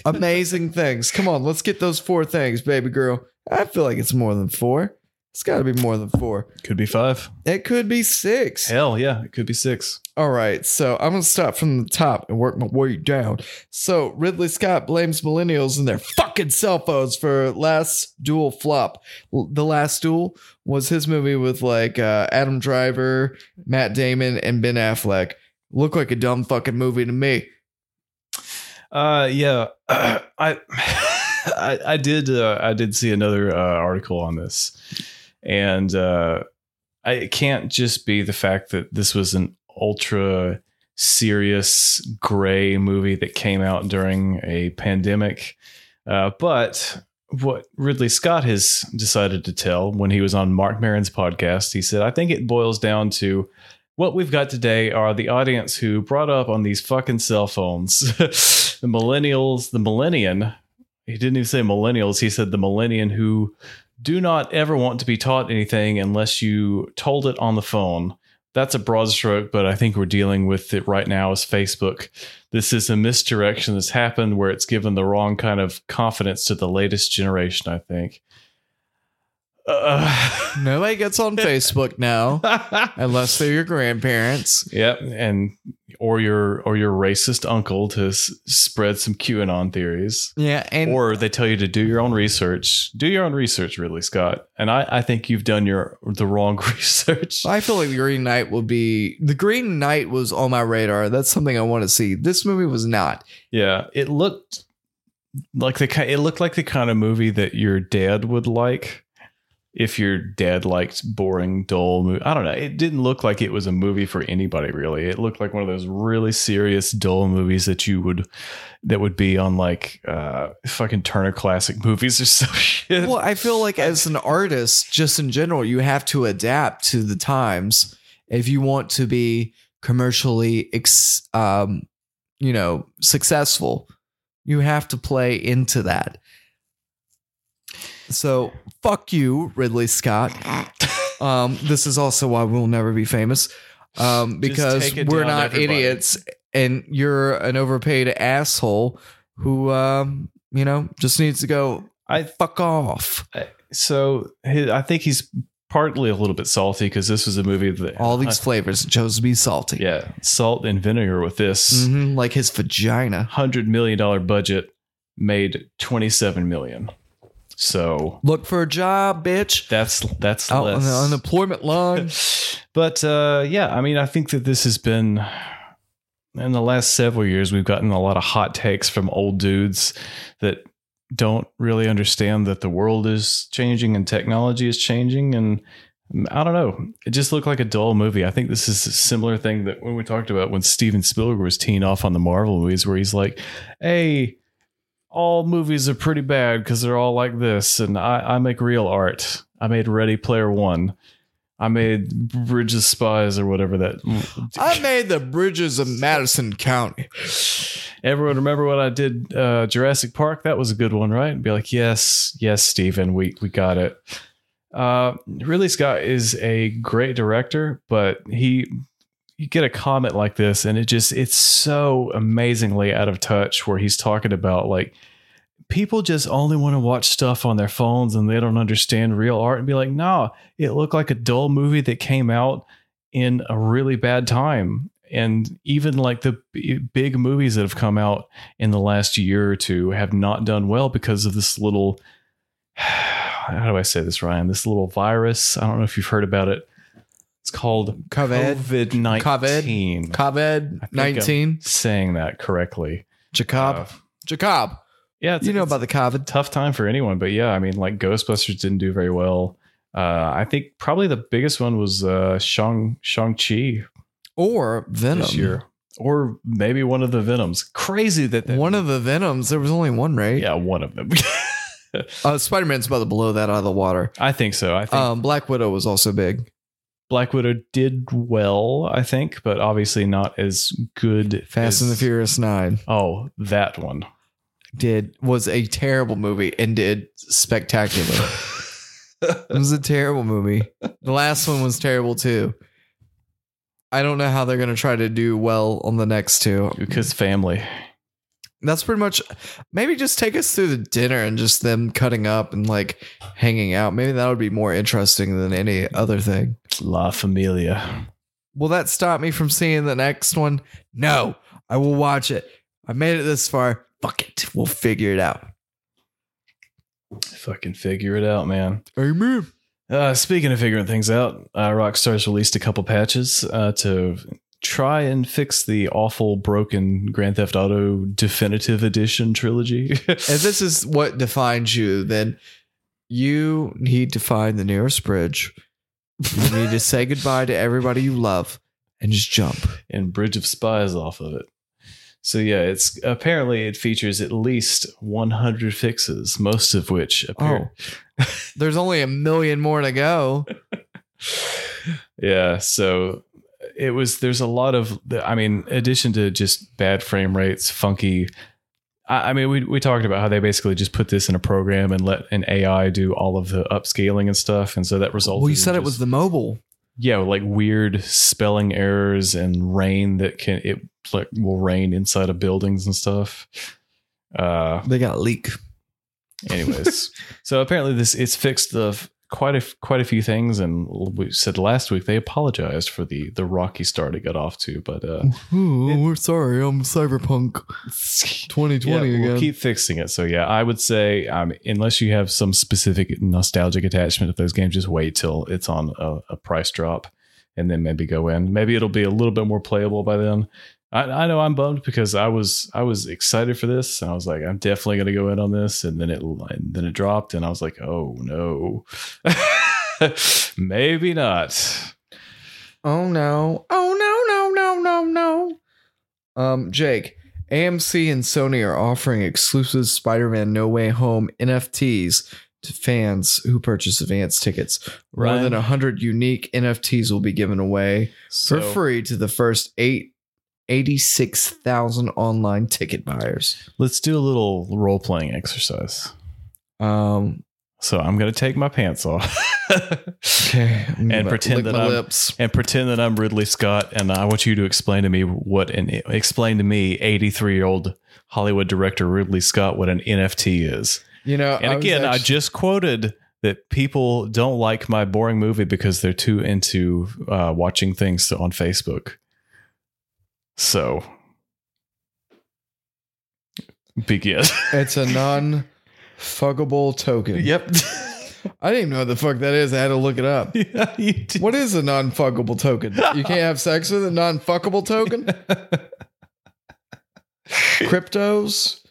Speaker 2: amazing things. Come on, let's get those four things, baby girl. I feel like it's more than four. It's got to be more than four.
Speaker 1: could be five.
Speaker 2: It could be six.
Speaker 1: Hell yeah, it could be six.
Speaker 2: All right, so I'm gonna start from the top and work my way down. So Ridley Scott blames millennials and their fucking cell phones for Last Duel flop. L- The Last Duel was his movie with like uh, Adam Driver, Matt Damon, and Ben Affleck. Looked like a dumb fucking movie to me.
Speaker 1: Uh, yeah, I, I, I did, uh, I did see another uh, article on this, and uh, I, it can't just be the fact that this was an ultra serious gray movie that came out during a pandemic, uh, but what Ridley Scott has decided to tell when he was on Mark Maron's podcast, he said, I think it boils down to what we've got today are the audience who brought up on these fucking cell phones. the millennials, the millennium. He didn't even say millennials, he said the millennium who do not ever want to be taught anything unless you told it on the phone. That's a broad stroke, but I think we're dealing with it right now as Facebook. This is a misdirection that's happened where it's given the wrong kind of confidence to the latest generation, I think. Uh,
Speaker 2: Nobody gets on Facebook now unless they're your grandparents.
Speaker 1: Yep, and or your or your racist uncle to s- spread some QAnon theories,
Speaker 2: Yeah, and
Speaker 1: or they tell you to do your own research. Do your own research, Ridley Scott. And I I think you've done your the wrong research.
Speaker 2: I feel like the Green Knight will be the Green Knight was on my radar. That's something I want to see. This movie was not.
Speaker 1: Yeah, it looked like the ki- it looked like the kind of movie that your dad would like. If your dad liked boring, dull movie, I don't know. It didn't look like it was a movie for anybody really. It looked like one of those really serious, dull movies that you would that would be on like uh fucking Turner Classic movies or some shit.
Speaker 2: Well, I feel like as an artist, just in general, you have to adapt to the times if you want to be commercially, ex- um, you know, successful. You have to play into that. So fuck you, Ridley Scott. Um, this is also why we'll never be famous, um,
Speaker 1: Just
Speaker 2: because
Speaker 1: take it
Speaker 2: we're
Speaker 1: down,
Speaker 2: not
Speaker 1: everybody.
Speaker 2: idiots, and you're an overpaid asshole who, um, you know, just needs to go
Speaker 1: I
Speaker 2: fuck off.
Speaker 1: so his, I think he's partly a little bit salty because this was a movie that
Speaker 2: All these flavors chose to be salty.
Speaker 1: yeah salt and vinegar with this.
Speaker 2: Mhm, like his vagina.
Speaker 1: hundred million dollar budget made twenty seven million. So
Speaker 2: Look for a job, bitch.
Speaker 1: that's that's
Speaker 2: Out Oh, on
Speaker 1: less.
Speaker 2: the unemployment line.
Speaker 1: but uh, yeah, I mean, I think that this has been in the last several years. We've gotten a lot of hot takes from old dudes that don't really understand that the world is changing and technology is changing and. mm, I don't know. It just looked like a dull movie. I think this is a similar thing that when we talked about when Steven Spielberg was teeing off on the Marvel movies, where he's like, "Hey, all movies are pretty bad because they're all like this, and I, I make real art. I made Ready Player One. I made Bridge of Spies or whatever that.
Speaker 2: I made the bridges of Madison County.
Speaker 1: Everyone remember when I did uh, Jurassic Park? That was a good one, right? And be like, yes, yes, Steven, we we got it. Uh, really, Scott is a great director, but he you get a comment like this, and it just it's so amazingly out of touch. Where he's talking about like people just only want to watch stuff on their phones, and they don't understand real art, and be like, no, it looked like a dull movie that came out in a really bad time. And even like the b- big movies that have come out in the last year or two have not done well because of this little, how do I say this, Ryan? This little virus. I don't know if you've heard about it. It's called
Speaker 2: Covid.
Speaker 1: COVID 19.
Speaker 2: Covid
Speaker 1: I'm-
Speaker 2: 19.
Speaker 1: Saying that correctly.
Speaker 2: Jacob.
Speaker 1: um, Uh,
Speaker 2: Jacob.
Speaker 1: yeah. It's,
Speaker 2: You know
Speaker 1: it's-
Speaker 2: about the Covid.
Speaker 1: tough time for anyone. But yeah, I mean, like Ghostbusters didn't do very well. Uh, I think probably the biggest one was uh, Shang Shang Chi
Speaker 2: Or Venom.
Speaker 1: this year, or maybe one of the Venoms. Crazy that that
Speaker 2: One of the Venoms, there was only one, right?
Speaker 1: yeah, one of them.
Speaker 2: Uh, Spider Man's about to blow that out of the water.
Speaker 1: I think so. I think
Speaker 2: Um, Black Widow was also big.
Speaker 1: Black Widow did well, I think, but obviously not as good.
Speaker 2: Fast and the
Speaker 1: as-
Speaker 2: Furious Nine
Speaker 1: Oh, that one.
Speaker 2: did was a terrible movie and did spectacular. it was a terrible movie. The last one was terrible too. I don't know how they're gonna try to do well on the next two.
Speaker 1: Because family.
Speaker 2: That's pretty much. Maybe just take us through the dinner and just them cutting up and like hanging out. Maybe that would be more interesting than any other thing.
Speaker 1: La Familia.
Speaker 2: Will that stop me from seeing the next one? No, I will watch it. I made it this far. Fuck it. We'll figure it out.
Speaker 1: Fucking figure it out, man.
Speaker 2: Amen.
Speaker 1: Uh, speaking of figuring things out, uh, Rockstar's released a couple patches uh, to try and fix the awful, broken Grand Theft Auto Definitive Edition trilogy.
Speaker 2: If this is what defines you, then you need to find the nearest bridge. You need to say goodbye to everybody you love and just jump.
Speaker 1: and Bridge of Spies off of it. So yeah, it's apparently it features at least 100 fixes, most of which appear.
Speaker 2: There's only a million more to go. Oh.
Speaker 1: Yeah, so it was there's a lot of I mean, addition to just bad frame rates, funky I I mean, we, we talked about how they basically just put this in a program and let an AI do all of the upscaling and stuff, and so that resulted.
Speaker 2: Well, you
Speaker 1: in
Speaker 2: said it
Speaker 1: just-
Speaker 2: was the mobile.
Speaker 1: yeah, like weird spelling errors and rain that can it like will rain inside of buildings and stuff. Uh,
Speaker 2: They got a leak.
Speaker 1: Anyways, so apparently this it's fixed the f- quite a f- quite a few things, and we said last week they apologized for the the rocky start it got off to, but uh,
Speaker 2: Ooh, we're sorry. I'm Cyberpunk
Speaker 1: yeah,
Speaker 2: 2020
Speaker 1: we'll
Speaker 2: again.
Speaker 1: keep fixing it. So yeah, I would say um, unless you have some specific nostalgic attachment to those games, just wait till it's on a, a price drop, and then maybe go in. Maybe it'll be a little bit more playable by then. I, I know I'm bummed because I was I was excited for this and I was like I'm definitely gonna go in on this and then it and then it dropped and I was like oh no maybe not
Speaker 2: Oh no. Oh no, no, no, no, no. Um, Jake, AMC and Sony are offering exclusive Spider Man No Way Home NFTs to fans who purchase advance tickets. More
Speaker 1: Ryan?
Speaker 2: than 100 unique NFTs will be given away
Speaker 1: so,
Speaker 2: for free to the first eight. 86,000 online ticket buyers.
Speaker 1: let's do a little role playing exercise
Speaker 2: Um,
Speaker 1: so I'm gonna take my pants off
Speaker 2: okay. I'm
Speaker 1: And
Speaker 2: about to
Speaker 1: pretend
Speaker 2: lick
Speaker 1: that
Speaker 2: my
Speaker 1: I'm-
Speaker 2: lips.
Speaker 1: and pretend that I'm Ridley Scott and I want you to explain to me what an explain to me 83 year old Hollywood director Ridley Scott what an NFT is.
Speaker 2: You know,
Speaker 1: And
Speaker 2: I was
Speaker 1: again, I
Speaker 2: actu-
Speaker 1: just quoted that people don't like my boring movie because they're too into uh, watching things on Facebook. So begin.
Speaker 2: it's a non fuggable token.
Speaker 1: yep.
Speaker 2: I didn't even know what the fuck that is. I had to look it up.
Speaker 1: yeah, you did.
Speaker 2: What is a non fuckable token? You can't have sex with a non fuckable token? Cryptos?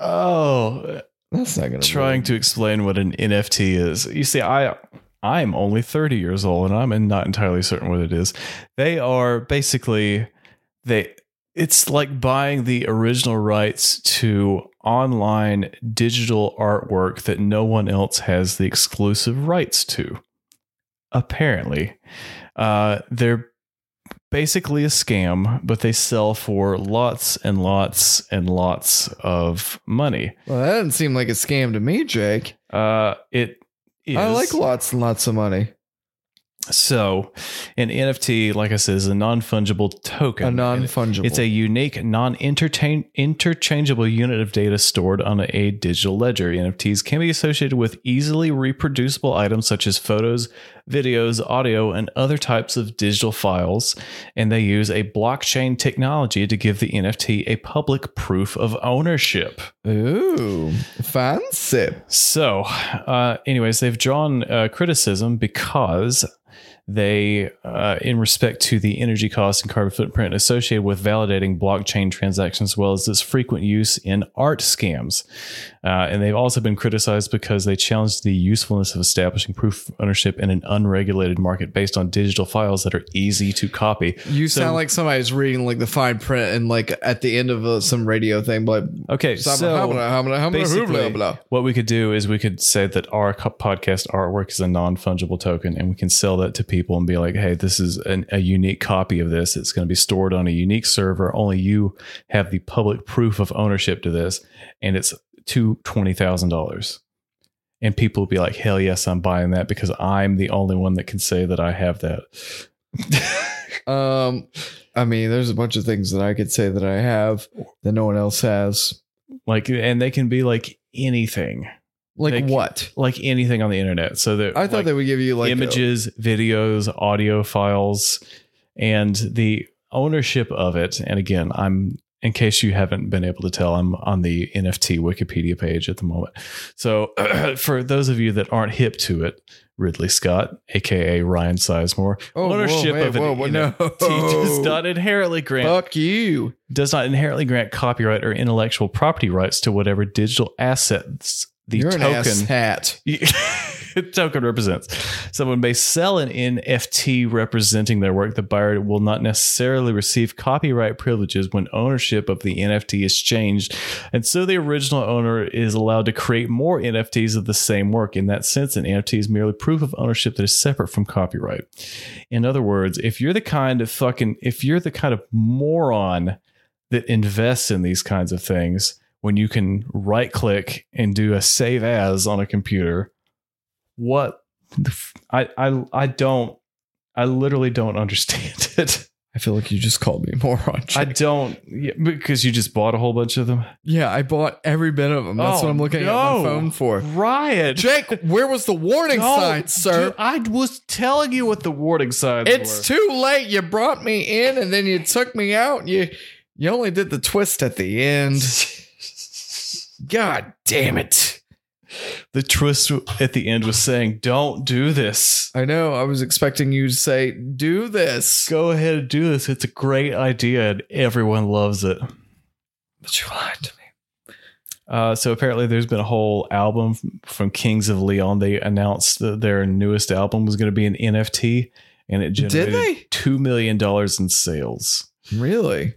Speaker 1: Oh,
Speaker 2: That's not gonna
Speaker 1: trying
Speaker 2: work.
Speaker 1: to explain what an NFT is. You see, I I'm only 30 years old and I'm not entirely certain what it is. They are basically they it's like buying the original rights to online digital artwork that no one else has the exclusive rights to. Apparently, uh, they're basically a scam, but they sell for lots and lots and lots of money.
Speaker 2: Well, that doesn't seem like a scam to me, Jake.
Speaker 1: Uh, it is.
Speaker 2: I like lots and lots of money.
Speaker 1: So, an NFT, like I said, is a non fungible token.
Speaker 2: A non
Speaker 1: And
Speaker 2: fungible.
Speaker 1: It's a unique, non interchangeable unit of data stored on a digital ledger. NFTs can be associated with easily reproducible items such as photos, videos, audio, and other types of digital files. And they use a blockchain technology to give the NFT a public proof of ownership.
Speaker 2: ooh fancy.
Speaker 1: So, uh, anyways, they've drawn uh, criticism because they, uh, in respect to the energy cost and carbon footprint associated with validating blockchain transactions, as well as its frequent use in art scams. Uh, and they've also been criticized because they challenged the usefulness of establishing proof of ownership in an unregulated market based on digital files that are easy to copy.
Speaker 2: You
Speaker 1: So-
Speaker 2: sound like somebody's reading like the fine print and like at the end of uh, some radio thing, but
Speaker 1: Okay, so basically, what we could do is we could say that our co- podcast artwork is a non-fungible token and we can sell that to people and be like hey this is an, a unique copy of this it's going to be stored on a unique server only you have the public proof of ownership to this and it's to $20000 and people will be like hell yes i'm buying that because i'm the only one that can say that i have that
Speaker 2: Um, I mean, there's a bunch of things that I could say that I have that no one else has.
Speaker 1: like and they can be like anything
Speaker 2: Like
Speaker 1: Like-
Speaker 2: what?
Speaker 1: like anything on the internet so that
Speaker 2: I thought
Speaker 1: like,
Speaker 2: they would give you like a-
Speaker 1: images, videos, audio files, and the ownership of it. And again, I'm in case you haven't been able to tell, I'm on the NFT Wikipedia page at the moment. So for those of you that aren't hip to it, Ridley Scott, aka Ryan Sizemore,
Speaker 2: Oh, whoa,
Speaker 1: ownership
Speaker 2: wait,
Speaker 1: of an
Speaker 2: whoa, whoa, no.
Speaker 1: NFT does not inherently grant
Speaker 2: Oh. Fuck you.
Speaker 1: does not inherently grant copyright or intellectual property rights to whatever digital assets the
Speaker 2: You're
Speaker 1: token
Speaker 2: an ass hat.
Speaker 1: token represents. Someone may sell an NFT representing their work. The buyer will not necessarily receive copyright privileges when ownership of the NFT is changed. And so the original owner is allowed to create more NFTs of the same work. In that sense, an NFT is merely proof of ownership that is separate from copyright. In other words, if you're the kind of fucking, if you're the kind of moron that invests in these kinds of things, when you can right click and do a save as on a computer, what the f- I I I don't I literally don't understand it.
Speaker 2: I feel like you just called me a moron.
Speaker 1: I don't yeah, because you just bought a whole bunch of them.
Speaker 2: yeah, I bought every bit of them. That's
Speaker 1: Oh,
Speaker 2: what I'm looking at my
Speaker 1: no.
Speaker 2: phone for.
Speaker 1: Riot.
Speaker 2: Jake, where was the warning
Speaker 1: No,
Speaker 2: sign, sir?
Speaker 1: dude, I was telling you what the warning signs were.
Speaker 2: It's too late. You brought me in and then you took me out. You you only did the twist at the end. God damn it.
Speaker 1: the twist at the end was saying, "Don't do this.
Speaker 2: I know. I was expecting you to say, do this.
Speaker 1: Go ahead and do this. It's a great idea, and everyone loves it."
Speaker 2: But you lied to me.
Speaker 1: Uh, so apparently, there's been a whole album f- from Kings of Leon. They announced that their newest album was going to be an NFT, and it
Speaker 2: Did
Speaker 1: generated
Speaker 2: they?
Speaker 1: two million dollars in sales.
Speaker 2: Really?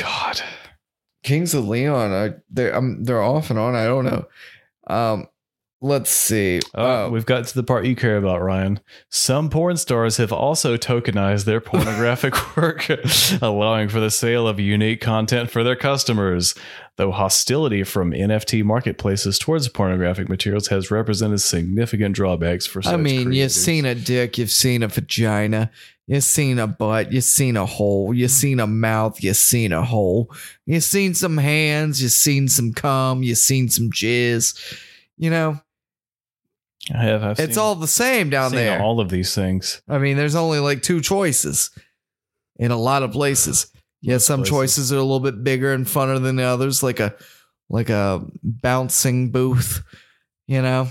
Speaker 1: God,
Speaker 2: Kings of Leon, I, they're, um, they're off and on. I don't know. Um, let's see.
Speaker 1: uh,
Speaker 2: Uh,
Speaker 1: we've got to the part you care about, Ryan. Some porn stars have also tokenized their pornographic work, allowing for the sale of unique content for their customers. Though hostility from NFT marketplaces towards pornographic materials has represented significant drawbacks for.
Speaker 2: I
Speaker 1: such
Speaker 2: mean, you've
Speaker 1: creators.
Speaker 2: seen a dick, you've seen a vagina, you've seen a butt, you've seen a hole, you've seen a mouth, you've seen a hole, you've seen some hands, you've seen some cum, you've seen some jizz. You know,
Speaker 1: I have. I've
Speaker 2: it's
Speaker 1: seen-
Speaker 2: all the same down
Speaker 1: seen
Speaker 2: there.
Speaker 1: All of these things.
Speaker 2: I mean, there's only like two choices in a lot of places. Yeah, some
Speaker 1: places.
Speaker 2: choices are a little bit bigger and funner than the others, like a like a bouncing booth, you know.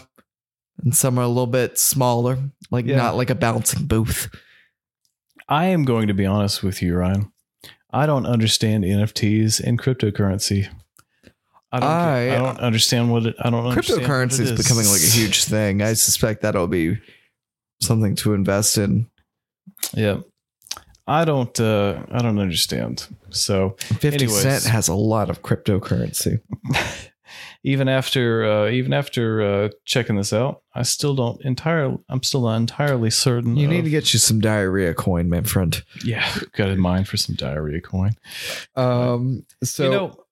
Speaker 2: And some are a little bit smaller, like
Speaker 1: Yeah.
Speaker 2: not like a bouncing booth.
Speaker 1: I am going to be honest with you, Ryan. I don't understand NFTs and cryptocurrency. I don't.
Speaker 2: I-
Speaker 1: I, don't understand what it. I don't. understand what
Speaker 2: Cryptocurrency is
Speaker 1: it
Speaker 2: becoming like a huge thing. I suspect that'll be something to invest in.
Speaker 1: Yeah. I don't. Uh, I don't understand. So
Speaker 2: Fifty Cent
Speaker 1: Anyways.
Speaker 2: has a lot of cryptocurrency.
Speaker 1: even after uh, even after uh, checking this out, I still don't entirely. I'm still not entirely certain.
Speaker 2: You
Speaker 1: of-
Speaker 2: need to get you some diarrhea coin, my friend.
Speaker 1: Yeah, got in mind for some diarrhea coin.
Speaker 2: Um, so
Speaker 1: you know,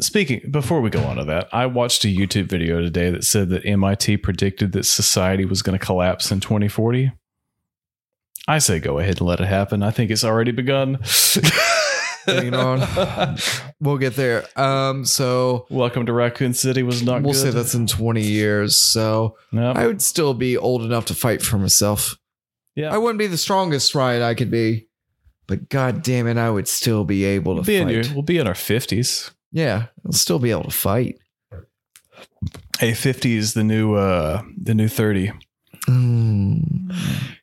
Speaker 1: speaking before we go on to that, I watched a YouTube video today that said that MIT predicted that society was going to collapse in 2040. I say go ahead and let it happen. I think it's already begun.
Speaker 2: Hang on. we'll get there. Um, so
Speaker 1: Welcome to Raccoon City was not
Speaker 2: we'll
Speaker 1: good. Um,
Speaker 2: say that's in 20 years. So
Speaker 1: Nope.
Speaker 2: I would still be old enough to fight for myself.
Speaker 1: yeah.
Speaker 2: I wouldn't be the strongest Ryan I could be, but god damn it, I would still be able to
Speaker 1: we'll, be in
Speaker 2: fight.
Speaker 1: your, we'll be in our 50s.
Speaker 2: yeah, I'll still be able to fight.
Speaker 1: Hey, 50 is the new uh the new 30.
Speaker 2: Mm.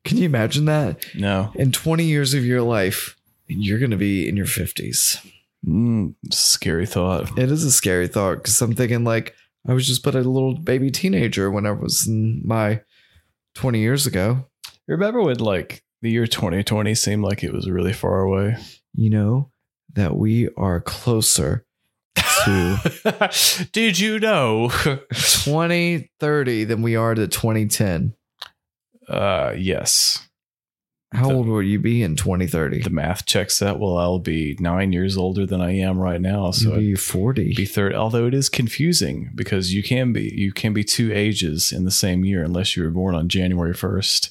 Speaker 2: Can you imagine that?
Speaker 1: No.
Speaker 2: In 20 years of your life, you're going to be in your 50s.
Speaker 1: Mm, scary thought.
Speaker 2: It is a scary thought because I'm thinking, like, I was just but a little baby teenager when I was in my 20 years ago.
Speaker 1: Remember when like the year 2020 seemed like it was really far away?
Speaker 2: You know that we are closer to
Speaker 1: Did you know?
Speaker 2: 2030 than we are to 2010.
Speaker 1: Uh, yes.
Speaker 2: How
Speaker 1: The-
Speaker 2: old will you be in 2030?
Speaker 1: The math checks out. Well, I'll be nine years older than I am right now. So
Speaker 2: You'll
Speaker 1: I'd
Speaker 2: be 40.
Speaker 1: be third. Although it is confusing because you can be you can be two ages in the same year unless you were born on January first.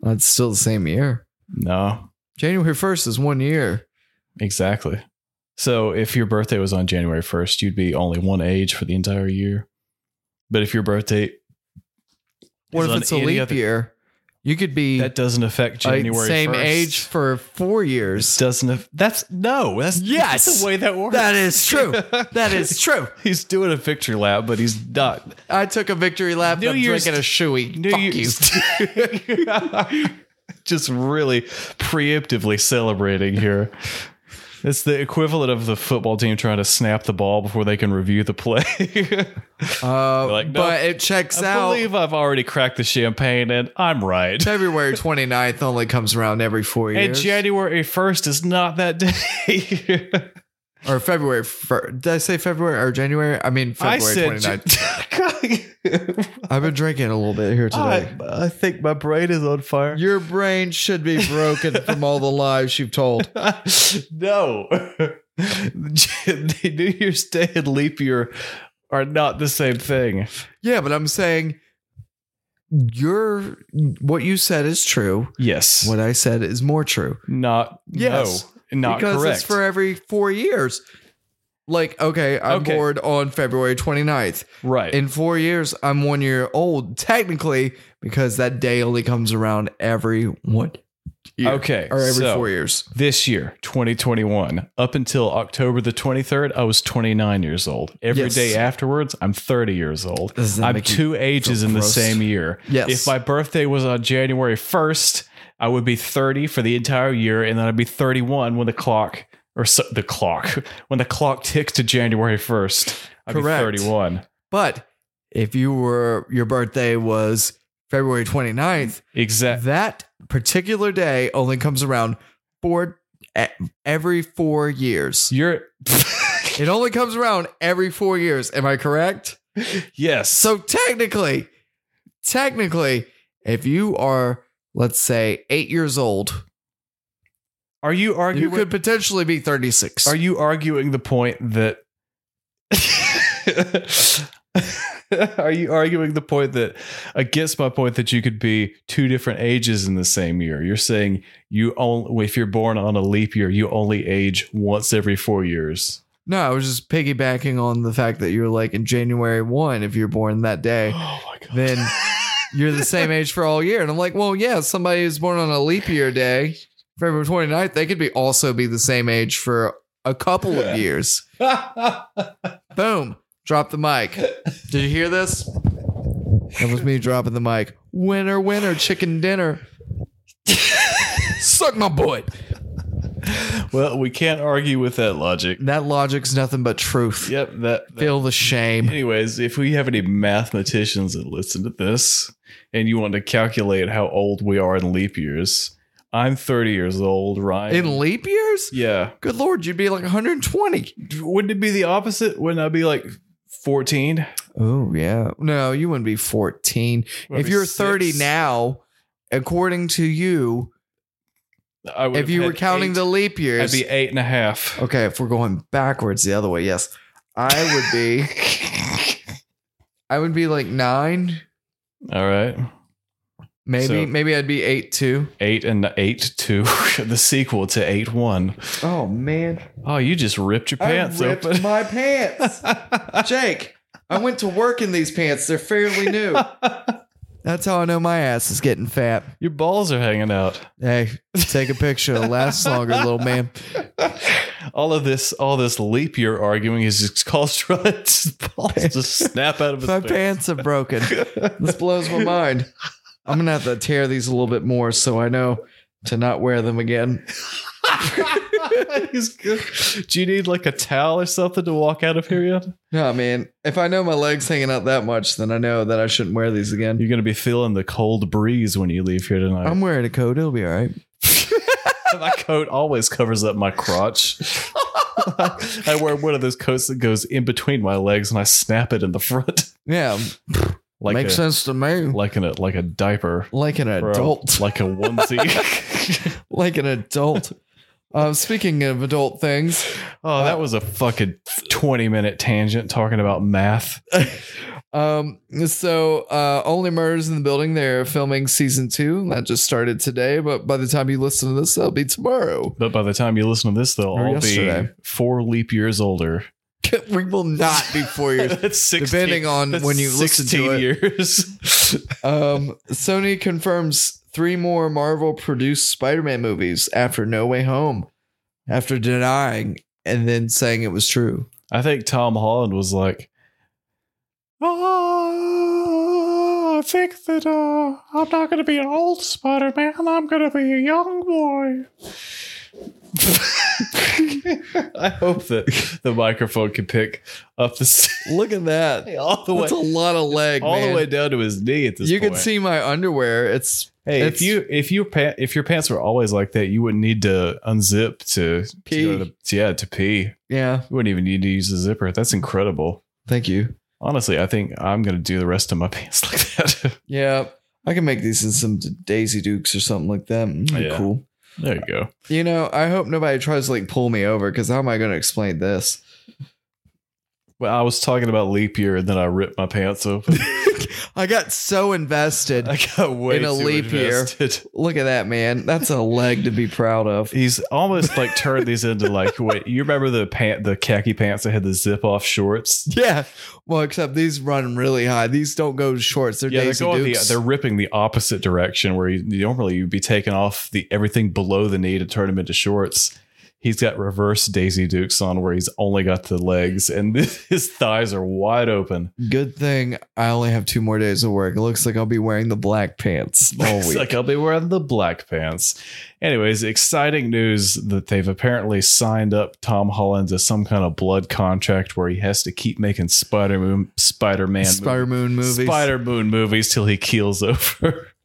Speaker 2: That's still the same year.
Speaker 1: No,
Speaker 2: January 1st is one year.
Speaker 1: exactly. So if your birthday was on January first, you'd be only one age for the entire year. But if your birthday
Speaker 2: What
Speaker 1: is
Speaker 2: if
Speaker 1: on
Speaker 2: it's a
Speaker 1: any
Speaker 2: leap
Speaker 1: other-
Speaker 2: year? You could be
Speaker 1: that doesn't affect
Speaker 2: uh,
Speaker 1: January
Speaker 2: same
Speaker 1: 1st.
Speaker 2: age for four years.
Speaker 1: doesn't have, that's no that's
Speaker 2: Yes!
Speaker 1: that's the way that works
Speaker 2: That is true. That is true.
Speaker 1: he's doing a picture lap but he's not
Speaker 2: I took a victory lap.
Speaker 1: New
Speaker 2: I'm
Speaker 1: Year's-
Speaker 2: drinking a shoey.
Speaker 1: New
Speaker 2: Fuck
Speaker 1: Year's-
Speaker 2: you.
Speaker 1: just really preemptively celebrating here it's the equivalent of the football team trying to snap the ball before they can review the play
Speaker 2: Uh,
Speaker 1: Like, no,
Speaker 2: but it checks
Speaker 1: i
Speaker 2: out.
Speaker 1: believe i've already cracked the champagne and i'm right
Speaker 2: February 29th only comes around every four
Speaker 1: and
Speaker 2: years.
Speaker 1: january 1st is not that day
Speaker 2: or February. Fir- Did I say February or January? I mean,
Speaker 1: i
Speaker 2: February
Speaker 1: said
Speaker 2: 29th.
Speaker 1: Jan-
Speaker 2: I've been drinking a little bit here today.
Speaker 1: I, I think my brain is on fire.
Speaker 2: Your brain should be broken from all the lies you've told.
Speaker 1: no. New Year's Day and leap year are not the same thing.
Speaker 2: Yeah, but I'm saying your what you said is true.
Speaker 1: Yes.
Speaker 2: What I said is more true.
Speaker 1: Not
Speaker 2: Yes.
Speaker 1: no. Not
Speaker 2: because
Speaker 1: correct.
Speaker 2: it's for every four years. Like, okay, I'm
Speaker 1: Okay.
Speaker 2: bored on February 29th.
Speaker 1: right.
Speaker 2: In four years, I'm one year old, technically, because that day only comes around every one year.
Speaker 1: Okay,
Speaker 2: Or every
Speaker 1: so-
Speaker 2: four years.
Speaker 1: this year, 2021, up until October the 23rd, I was 29 years old. Every day
Speaker 2: Yes.
Speaker 1: afterwards, I'm 30 years old.
Speaker 2: Does that
Speaker 1: I'm
Speaker 2: make you
Speaker 1: two ages
Speaker 2: feel
Speaker 1: in the
Speaker 2: gross?
Speaker 1: same year.
Speaker 2: Yes.
Speaker 1: If my birthday was on January 1st, I would be 30 for the entire year, and then I'd be 31 when the clock or so, the clock when the clock ticks to January 1st. I'd
Speaker 2: Correct.
Speaker 1: be 31.
Speaker 2: But if you were your birthday was February 29th,
Speaker 1: Exactly.
Speaker 2: that particular day only comes around four e- every four years.
Speaker 1: You're
Speaker 2: It only comes around every four years. Am I correct?
Speaker 1: yes.
Speaker 2: So technically, technically, if you are, let's say, eight years old,
Speaker 1: are you
Speaker 2: you
Speaker 1: arguing?
Speaker 2: could potentially be 36.
Speaker 1: Are you arguing the point that? Are you arguing the point that against my point that you could be two different ages in the same year? You're saying you only if you're born on a leap year, you only age once every four years.
Speaker 2: no, I was just piggybacking on the fact that you're like in January 1, if you're born that day,
Speaker 1: Oh my god!
Speaker 2: then you're the same age for all year. And I'm like, well, yeah, somebody who's born on a leap year day, February 29th, they could be also be the same age for a couple of years. Boom. Drop the mic. Did you hear this? That was me dropping the mic. Winner, winner, chicken dinner. Suck my butt.
Speaker 1: well, we can't argue with that logic.
Speaker 2: That logic's nothing but truth.
Speaker 1: Yep. That, that-
Speaker 2: Feel the shame.
Speaker 1: Anyways, if we have any mathematicians that listen to this and you want to calculate how old we are in leap years, I'm 30 years old, Ryan.
Speaker 2: In leap years?
Speaker 1: yeah.
Speaker 2: Good lord, you'd be like 120.
Speaker 1: Wouldn't it be the opposite? Wouldn't I be like 14?
Speaker 2: Oh, yeah. No, you wouldn't be 14. if you're 30 now, according to you,
Speaker 1: I would
Speaker 2: if
Speaker 1: have
Speaker 2: you
Speaker 1: had
Speaker 2: were counting
Speaker 1: eight,
Speaker 2: the leap
Speaker 1: I'd
Speaker 2: years.
Speaker 1: be eight and a half.
Speaker 2: okay, if we're going backwards the other way, yes. I would be I would be like 9.
Speaker 1: All right.
Speaker 2: Maybe
Speaker 1: So-
Speaker 2: maybe I'd be eight too.
Speaker 1: Eight and eight two, the sequel to eight one.
Speaker 2: Oh man,
Speaker 1: Oh, you just ripped your pants
Speaker 2: I ripped
Speaker 1: open.
Speaker 2: my pants, Jake. I went to work in these pants. They're fairly new. That's how I know my ass is getting fat.
Speaker 1: your balls are hanging out.
Speaker 2: Hey, take a picture. It'll last longer, little man.
Speaker 1: all of this, all this leap year arguing is just caused Rudd's balls to snap out of his
Speaker 2: My
Speaker 1: face.
Speaker 2: pants are broken. This blows my mind. I'm gonna have to tear these a little bit more so I know to not wear them again.
Speaker 1: He's good. Do you need like a towel or something to walk out of here yet?
Speaker 2: No, man. If I know my legs hanging out that much, then I know that I shouldn't wear these again.
Speaker 1: You're gonna be feeling the cold breeze when you leave here tonight.
Speaker 2: I'm wearing a coat. It'll be all right.
Speaker 1: my coat always covers up my crotch. I wear one of those coats that goes in between my legs, and I snap it in the front
Speaker 2: Yeah,
Speaker 1: like
Speaker 2: makes
Speaker 1: a,
Speaker 2: sense to me.
Speaker 1: like an like a diaper.
Speaker 2: Like an
Speaker 1: or a-
Speaker 2: adult.
Speaker 1: like a onesie.
Speaker 2: like an adult. Uh, speaking of adult things,
Speaker 1: oh, that was a fucking twenty-minute tangent talking about math.
Speaker 2: um, so uh, only murders in the building. They're filming season two. That just started today, but by the time you listen to this, that'll be tomorrow.
Speaker 1: But by the time you listen to this, they'll
Speaker 2: Or
Speaker 1: all
Speaker 2: yesterday.
Speaker 1: be four leap years older.
Speaker 2: we will not be four years.
Speaker 1: that's 16,
Speaker 2: Depending on
Speaker 1: that's
Speaker 2: when you listen
Speaker 1: 16
Speaker 2: to it.
Speaker 1: years.
Speaker 2: Um, Sony confirms three more Marvel produced Spider Man movies after No Way Home, after denying and then saying it was true.
Speaker 1: I think Tom Holland was like, oh, I think that uh, I'm not going to be an old Spider Man. I'm going to be a young boy. I hope that the microphone can pick up the s-
Speaker 2: Look at that.
Speaker 1: all the way
Speaker 2: That's a lot of leg.
Speaker 1: all
Speaker 2: man.
Speaker 1: the way down to his knee at this
Speaker 2: You
Speaker 1: point.
Speaker 2: can see my underwear. It's
Speaker 1: Hey, if
Speaker 2: it's-
Speaker 1: you if your pa- if your pants were always like that, you wouldn't need to unzip to to
Speaker 2: Pee.
Speaker 1: go to the- yeah to pee. You
Speaker 2: yeah.
Speaker 1: wouldn't even need to use the zipper. That's incredible.
Speaker 2: Thank you.
Speaker 1: Honestly, I think I'm gonna do the rest of my pants like that.
Speaker 2: Yeah, I can make these in some Daisy Dukes or something like that. Mm,
Speaker 1: Yeah.
Speaker 2: Cool.
Speaker 1: there you go.
Speaker 2: You know, I hope nobody tries to like pull me over because how am I going to explain this?
Speaker 1: Well, I was talking about leap year, and then I ripped my pants open.
Speaker 2: I got so invested.
Speaker 1: I got way
Speaker 2: In a
Speaker 1: too
Speaker 2: leap year.
Speaker 1: invested.
Speaker 2: Look at that, man. That's a leg to be proud of.
Speaker 1: He's almost like turned these into like what you remember the pant the khaki pants that had the zip off shorts.
Speaker 2: Yeah. Well, except these run really high. These don't go shorts. They're
Speaker 1: Yeah, they're
Speaker 2: Daisy
Speaker 1: going the,
Speaker 2: Dukes.
Speaker 1: they're ripping the opposite direction where you, you normally you'd be taking off the everything below the knee to turn them into shorts. He's got reverse Daisy Dukes on where he's only got the legs and his thighs are wide open.
Speaker 2: Good thing I only have two more days of work. It looks like I'll be wearing the black pants all
Speaker 1: It's
Speaker 2: week.
Speaker 1: like I'll be wearing the black pants. Anyways, exciting news that they've apparently signed up Tom Holland to some kind of blood contract where he has to keep making Spider Moon, Spider Man,
Speaker 2: Spider Moon movies.
Speaker 1: Spider Moon movies till he keels over.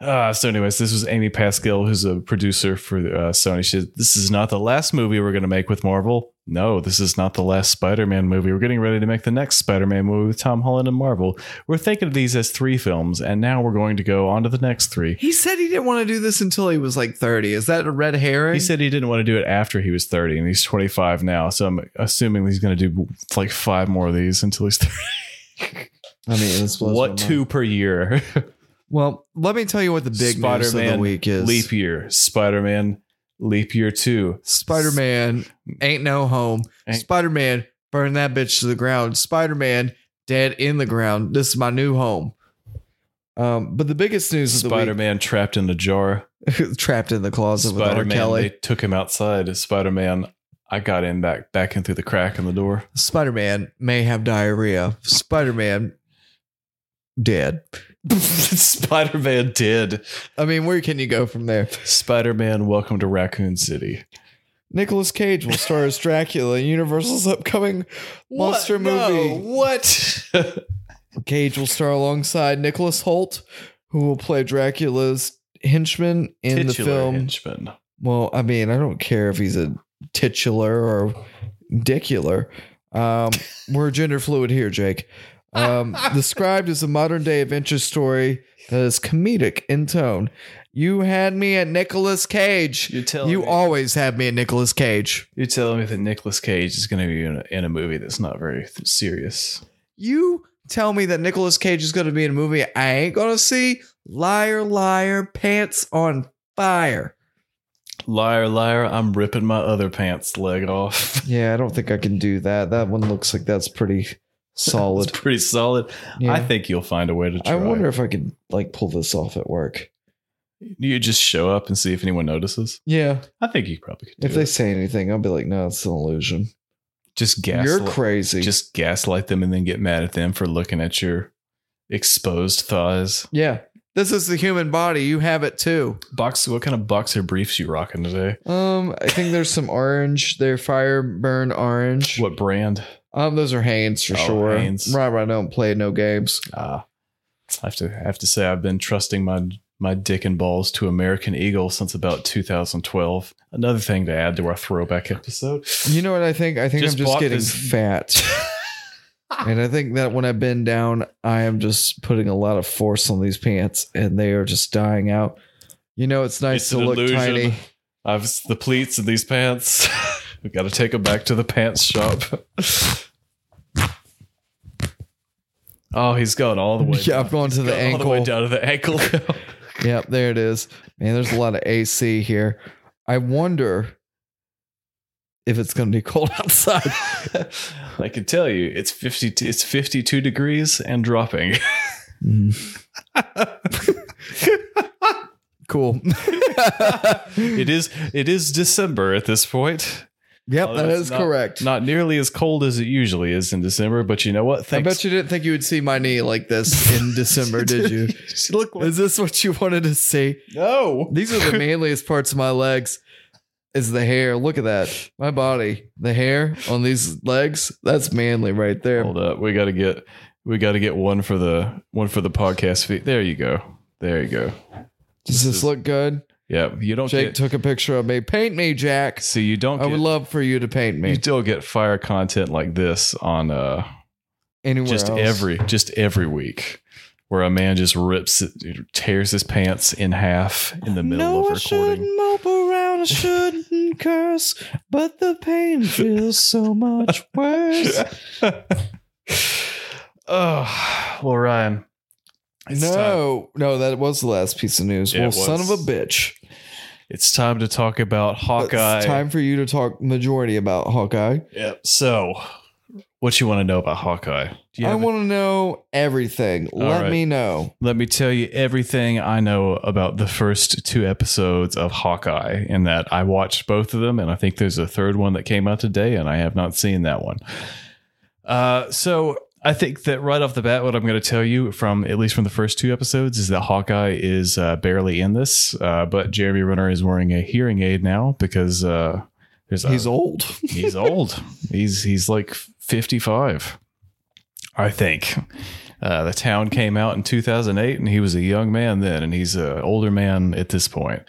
Speaker 1: Uh, so, anyways, this was Amy Pascal, who's a producer for uh, Sony. She said, This is not the last movie we're going to make with Marvel. No, this is not the last Spider Man movie. We're getting ready to make the next Spider Man movie with Tom Holland and Marvel. We're thinking of these as three films, and now we're going to go on to the next three.
Speaker 2: He said he didn't want to do this until he was like 30. Is that a red herring?
Speaker 1: He said he didn't want to do it after he was 30, and he's 25 now. So, I'm assuming he's going to do like five more of these until he's 30.
Speaker 2: I mean, this blows my
Speaker 1: what
Speaker 2: mind.
Speaker 1: two per year?
Speaker 2: Well, let me tell you what the big news of the
Speaker 1: Spider-Man
Speaker 2: week is.
Speaker 1: leap year spider-man leap year 2
Speaker 2: Spider Man ain't no home.
Speaker 1: Ain't-
Speaker 2: Spider Man burn that bitch to the ground. Spider Man dead in the ground. This is my new home. Um, but the biggest news is
Speaker 1: spider-man trapped in a jar
Speaker 2: trapped in the closet with R.
Speaker 1: spider-man
Speaker 2: Kelly.
Speaker 1: they took him outside spider-man i got in back back in through the crack in the door
Speaker 2: Spider Man may have diarrhea. Spider Man dead.
Speaker 1: spider-man did
Speaker 2: I mean, where can you go from there?
Speaker 1: spider-man welcome to raccoon city
Speaker 2: Nicolas Cage will star as Dracula in Universal's upcoming monster movie.
Speaker 1: what
Speaker 2: Cage will star alongside Nicholas Holt, who will play Dracula's henchman in the
Speaker 1: Titular
Speaker 2: film.
Speaker 1: henchman.
Speaker 2: Well, I mean, I don't care if he's a titular or dicular. Um, we're gender fluid here, Jake. Um, described as a modern day adventure story that is comedic in tone. You had me at Nicolas Cage.
Speaker 1: You're telling
Speaker 2: You
Speaker 1: me-
Speaker 2: always had me at Nicolas Cage.
Speaker 1: you're telling me that Nicolas Cage is going to be in a, in a movie that's not very th- serious.
Speaker 2: You tell me that Nicolas Cage is going to be in a movie I ain't going to see. Liar, liar, pants on fire.
Speaker 1: Liar, liar! I'm ripping my other pants leg off.
Speaker 2: Yeah, I don't think I can do that. That one looks like that's pretty solid.
Speaker 1: It's pretty solid.
Speaker 2: Yeah.
Speaker 1: I think you'll find a way to try.
Speaker 2: I wonder if I could like pull this off at work.
Speaker 1: You just show up and see if anyone notices.
Speaker 2: Yeah.
Speaker 1: I think you probably could. Do
Speaker 2: If they
Speaker 1: it.
Speaker 2: say anything, I'll be like, no, it's an illusion.
Speaker 1: just gaslight,
Speaker 2: You're crazy.
Speaker 1: just gaslight them and then get mad at them for looking at your exposed thighs.
Speaker 2: yeah. This is the human body. You have it too.
Speaker 1: Box. What kind of boxer briefs you rocking today?
Speaker 2: Um, I think there's some orange. They're fire burned orange.
Speaker 1: What brand?
Speaker 2: Um, those are Hanes for
Speaker 1: Oh,
Speaker 2: sure.
Speaker 1: Hanes.
Speaker 2: Right, right. I don't play no games.
Speaker 1: Ah, I have to I have to say I've been trusting my my dick and balls to American Eagle since about 2012. Another thing to add to our throwback episode.
Speaker 2: You know what I think? I think
Speaker 1: Just
Speaker 2: I'm just
Speaker 1: bought
Speaker 2: getting
Speaker 1: this-
Speaker 2: fat. and I think that when I bend down, I am just putting a lot of force on these pants and they are just dying out. You know, it's nice
Speaker 1: It's
Speaker 2: to
Speaker 1: an
Speaker 2: look
Speaker 1: illusion.
Speaker 2: tiny.
Speaker 1: I've the pleats in these pants. we got to take them back to the pants shop. Oh, he's gone all the way.
Speaker 2: Yeah, I've gone to the
Speaker 1: all the way
Speaker 2: ankle.
Speaker 1: down to the ankle.
Speaker 2: Yep, there it is. Man, there's a lot of AC here. I wonder if it's going to be cold outside.
Speaker 1: I can tell you, it's fifty. It's fifty-two degrees and dropping. Mm.
Speaker 2: cool.
Speaker 1: it is. It is December at this point.
Speaker 2: Yep, that
Speaker 1: Although it's
Speaker 2: is
Speaker 1: Oh, not-
Speaker 2: correct.
Speaker 1: Not nearly as cold as it usually is in December, but you know what?
Speaker 2: I
Speaker 1: Thanks.
Speaker 2: bet you didn't think you would see my knee like this in December, did you?
Speaker 1: look
Speaker 2: Is this what you wanted to see?
Speaker 1: no.
Speaker 2: These are the manliest parts of my legs. Is the hair? Look at that. My body, the hair on these legs. That's manly right there.
Speaker 1: Hold up, we got to get we got to get one for the one for the podcast feed. There you go. There you go.
Speaker 2: Does this look good?
Speaker 1: Yeah, you don't
Speaker 2: Jake
Speaker 1: get
Speaker 2: took a picture of me. Paint me, Jack.
Speaker 1: see you don't.
Speaker 2: I
Speaker 1: Get,
Speaker 2: would love for you to paint
Speaker 1: you
Speaker 2: me.
Speaker 1: still get fire content like this on uh
Speaker 2: Anywhere
Speaker 1: just
Speaker 2: else.
Speaker 1: every just every week. Where a man just rips, tears his pants in half in the middle
Speaker 2: no,
Speaker 1: of
Speaker 2: I
Speaker 1: recording.
Speaker 2: shouldn't mope around. I shouldn't curse, but the pain feels so much worse.
Speaker 1: oh, well, Ryan, it's time.
Speaker 2: no, no, that was the last piece of news.
Speaker 1: It
Speaker 2: well,
Speaker 1: was.
Speaker 2: son of a bitch.
Speaker 1: It's time to talk about Hawkeye.
Speaker 2: It's time for you to talk majority about Hawkeye.
Speaker 1: Yep. So, what you want to know about Hawkeye? Do you
Speaker 2: I
Speaker 1: have-
Speaker 2: want to know everything. Let
Speaker 1: right.
Speaker 2: me know.
Speaker 1: Let me tell you everything I know about the first two episodes of Hawkeye, in that I watched both of them, and I think there's a third one that came out today, and I have not seen that one. Uh, so I think that right off the bat, what I'm going to tell you from at least from the first two episodes is that Hawkeye is uh, barely in this, uh, but Jeremy Renner is wearing a hearing aid now because uh, there's a-
Speaker 2: He's old.
Speaker 1: he's old. He's he's like fifty five, I think. Uh, the town came out in two thousand eight, and he was a young man then, and he's an older man at this point.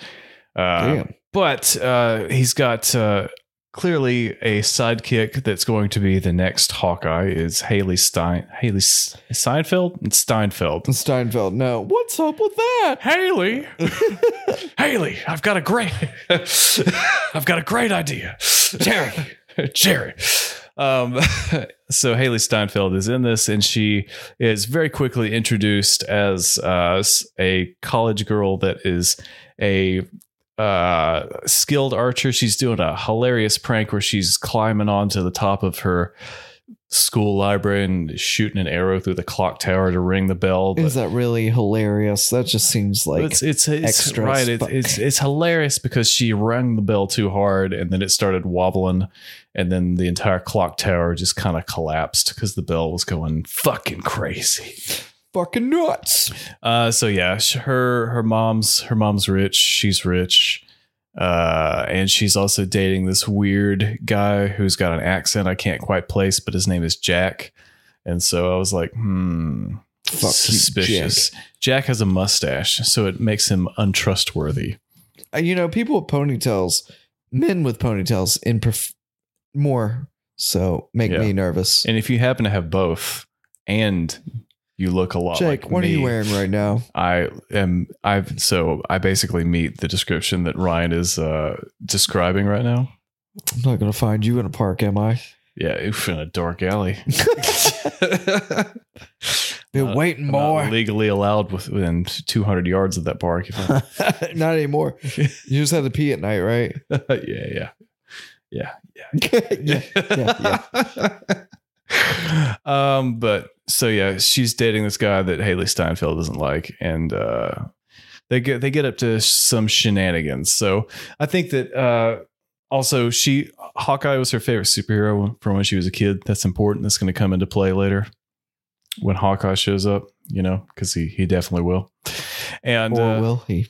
Speaker 1: Uh,
Speaker 2: Damn.
Speaker 1: but uh, he's got uh, clearly a sidekick that's going to be the next Hawkeye is Haley Stein, Haley S- Seinfeld, and Steinfeld.
Speaker 2: Steinfeld. No. What's up with that?
Speaker 1: Haley, Haley, I've got a great, I've got a great idea, Jerry, Jerry. Um, so Haley Steinfeld is in this, and she is very quickly introduced as uh, s- a college girl that is a uh, skilled archer. She's doing a hilarious prank where she's climbing onto the top of her school library and shooting an arrow through the clock tower to ring the bell. but-
Speaker 2: Is that really hilarious? That just seems like
Speaker 1: it's it's, it's
Speaker 2: extra
Speaker 1: right. It's,
Speaker 2: sp-
Speaker 1: it's it's hilarious because she rang the bell too hard and then it started wobbling, and then the entire clock tower just kind of collapsed because the bell was going fucking crazy.
Speaker 2: fucking nuts.
Speaker 1: Uh, so yeah, sh- her her mom's her mom's rich. She's rich. Uh, and she's also dating this weird guy who's got an accent I can't quite place, but his name is Jack. And so I was like, hmm,
Speaker 2: Fuck you,
Speaker 1: suspicious. Jack. has a mustache, so it makes him untrustworthy.
Speaker 2: Uh, You know, people with ponytails, men with ponytails, in perf- more so make
Speaker 1: Yeah.
Speaker 2: me nervous.
Speaker 1: And if you happen to have both, and you look a lot
Speaker 2: Jake,
Speaker 1: like
Speaker 2: what
Speaker 1: me,
Speaker 2: are you wearing right now?
Speaker 1: I am. I've so I basically meet the description that Ryan is uh, describing right now.
Speaker 2: I'm not gonna find you in a park, am I?
Speaker 1: Yeah, oof, in a dark alley.
Speaker 2: Been
Speaker 1: Not-
Speaker 2: waiting,
Speaker 1: Uh, I'm not
Speaker 2: more.
Speaker 1: legally allowed within 200 yards of that park. If I,
Speaker 2: Not anymore. You just had to pee at night, right?
Speaker 1: yeah, yeah, yeah,
Speaker 2: yeah, yeah,
Speaker 1: um, but so yeah, she's dating this guy that Haley Steinfeld doesn't like, and uh, they get they get up to some shenanigans. So I think that uh, also she Hawkeye was her favorite superhero from when she was a kid. That's important. That's going to come into play later when Hawkeye shows up. You know, because he he definitely will. And
Speaker 2: or
Speaker 1: uh,
Speaker 2: will Oh, he?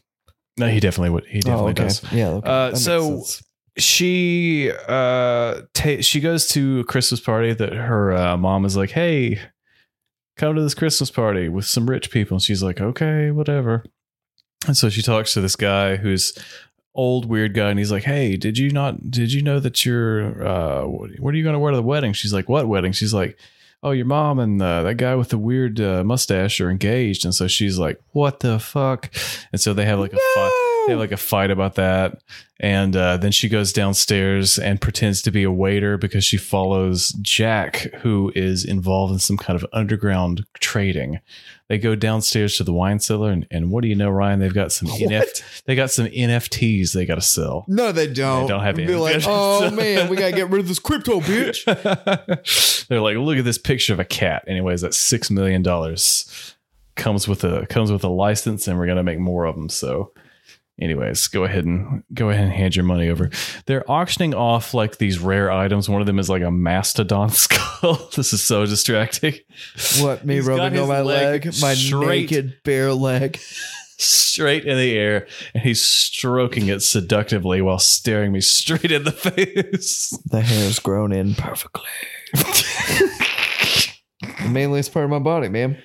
Speaker 1: no, he definitely would. He definitely does
Speaker 2: Yeah.
Speaker 1: Uh, that makes so- sense. she uh ta- she goes to a christmas party that her uh, mom is like hey come to this christmas party with some rich people and she's like okay whatever and so she talks to this guy who's old weird guy and he's like hey did you not did you know that you're uh what what are you going to wear to the wedding she's like what wedding she's like oh your mom and uh, that guy with the weird uh, mustache are engaged and so she's like what the fuck and so they have like a fight they have like a fight about that and uh, then she goes downstairs and pretends to be a waiter because she follows jack who is involved in some kind of underground trading they go downstairs to the wine cellar and, and what do you know ryan they've got some NF, they got some nfts they got to sell
Speaker 2: no, they don't.
Speaker 1: They don't have
Speaker 2: Be
Speaker 1: any.
Speaker 2: like, oh man, we gotta get rid of this crypto, bitch.
Speaker 1: They're like, look at this picture of a cat. Anyways, that's six million dollars. Comes with a comes with a license, and we're gonna make more of them. So, anyways, go ahead and go ahead and hand your money over. They're auctioning off like these rare items. One of them is like a mastodon skull. this is so distracting.
Speaker 2: What me
Speaker 1: He's got
Speaker 2: rubbing on
Speaker 1: his
Speaker 2: my
Speaker 1: leg
Speaker 2: leg, my
Speaker 1: straight.
Speaker 2: naked bare leg.
Speaker 1: Straight in the air, and he's stroking it seductively while staring me straight in the face.
Speaker 2: The hair's grown in perfectly. Mainly it's part of my body, man.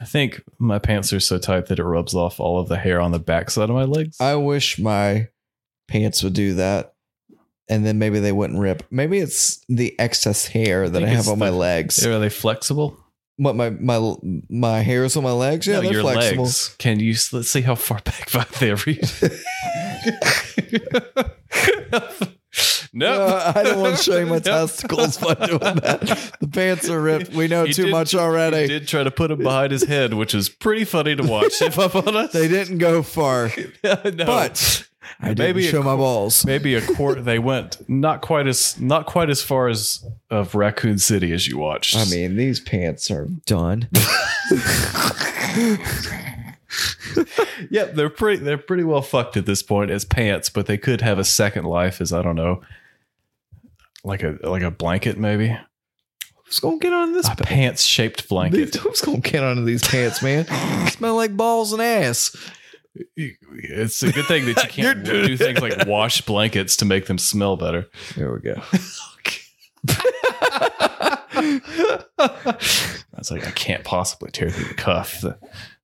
Speaker 1: I think my pants are so tight that it rubs off all of the hair on the backside of my legs.
Speaker 2: I wish my pants would do that. And then maybe they wouldn't rip. Maybe it's the excess hair that I,
Speaker 1: think
Speaker 2: have
Speaker 1: it's
Speaker 2: on my
Speaker 1: the-
Speaker 2: legs.
Speaker 1: Are they flexible?
Speaker 2: What my my my hair is on my legs? Yeah,
Speaker 1: No,
Speaker 2: they're flexible.
Speaker 1: legs. Can you let's see how far back by they reach? no,
Speaker 2: Uh, I don't want to show you my testicles by doing that. The pants are ripped. We know
Speaker 1: He
Speaker 2: too
Speaker 1: did-
Speaker 2: much already.
Speaker 1: He did try to put him behind his head, which is pretty funny to watch. if I'm honest,
Speaker 2: They didn't go far.
Speaker 1: no.
Speaker 2: But I didn't
Speaker 1: Maybe a
Speaker 2: show my balls.
Speaker 1: maybe a quarter. They went not quite as not quite as far as of Raccoon City as you watched.
Speaker 2: I mean, these pants are done.
Speaker 1: yeah, they're pretty they're pretty well fucked at this point as pants, but they could have a second life as I don't know, like a like a blanket maybe
Speaker 2: Who's gonna get on this?
Speaker 1: a pants shaped blanket.
Speaker 2: These, who's gonna get onto these pants, man? Smell like balls and ass.
Speaker 1: It's a good thing that you can't
Speaker 2: You're-
Speaker 1: do things like wash blankets to make them smell better.
Speaker 2: There we go.
Speaker 1: I was like, I can't possibly tear through the cuff.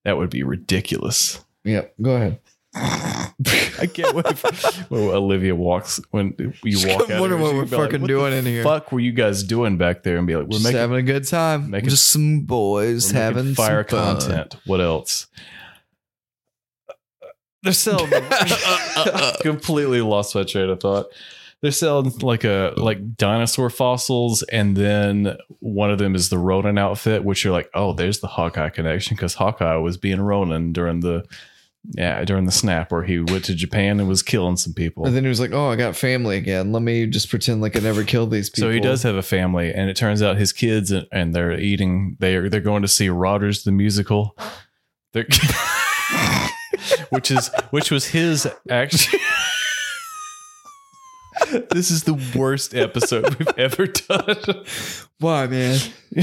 Speaker 1: That would be ridiculous.
Speaker 2: Yep. Go ahead.
Speaker 1: I can't wait for when Olivia walks when you
Speaker 2: Just
Speaker 1: walk out.
Speaker 2: kinda wonder
Speaker 1: here,
Speaker 2: what
Speaker 1: she'd
Speaker 2: we're
Speaker 1: be like,
Speaker 2: fucking
Speaker 1: "What
Speaker 2: doing
Speaker 1: the
Speaker 2: in here."
Speaker 1: Fuck, were you guys doing back there? And be like, we're
Speaker 2: Just
Speaker 1: making
Speaker 2: having a good time.
Speaker 1: making-
Speaker 2: Just some boys
Speaker 1: We're making
Speaker 2: having some
Speaker 1: fire
Speaker 2: fun.
Speaker 1: content. What else? They're selling. completely lost my train of thought. They're selling like a like dinosaur fossils, and then one of them is the Ronin outfit, which you're like, oh, there's the Hawkeye connection because Hawkeye was being Ronin during the yeah during the snap where he went to Japan and was killing some people.
Speaker 2: And then he was like, "Oh, I got family again. Let me just pretend like I never killed these people."
Speaker 1: So he does have a family, and it turns out his kids and, and they're eating. They're they're going to see Rodgers the musical, they're, which is which was his actually. this is the worst episode we've ever done.
Speaker 2: Why, man?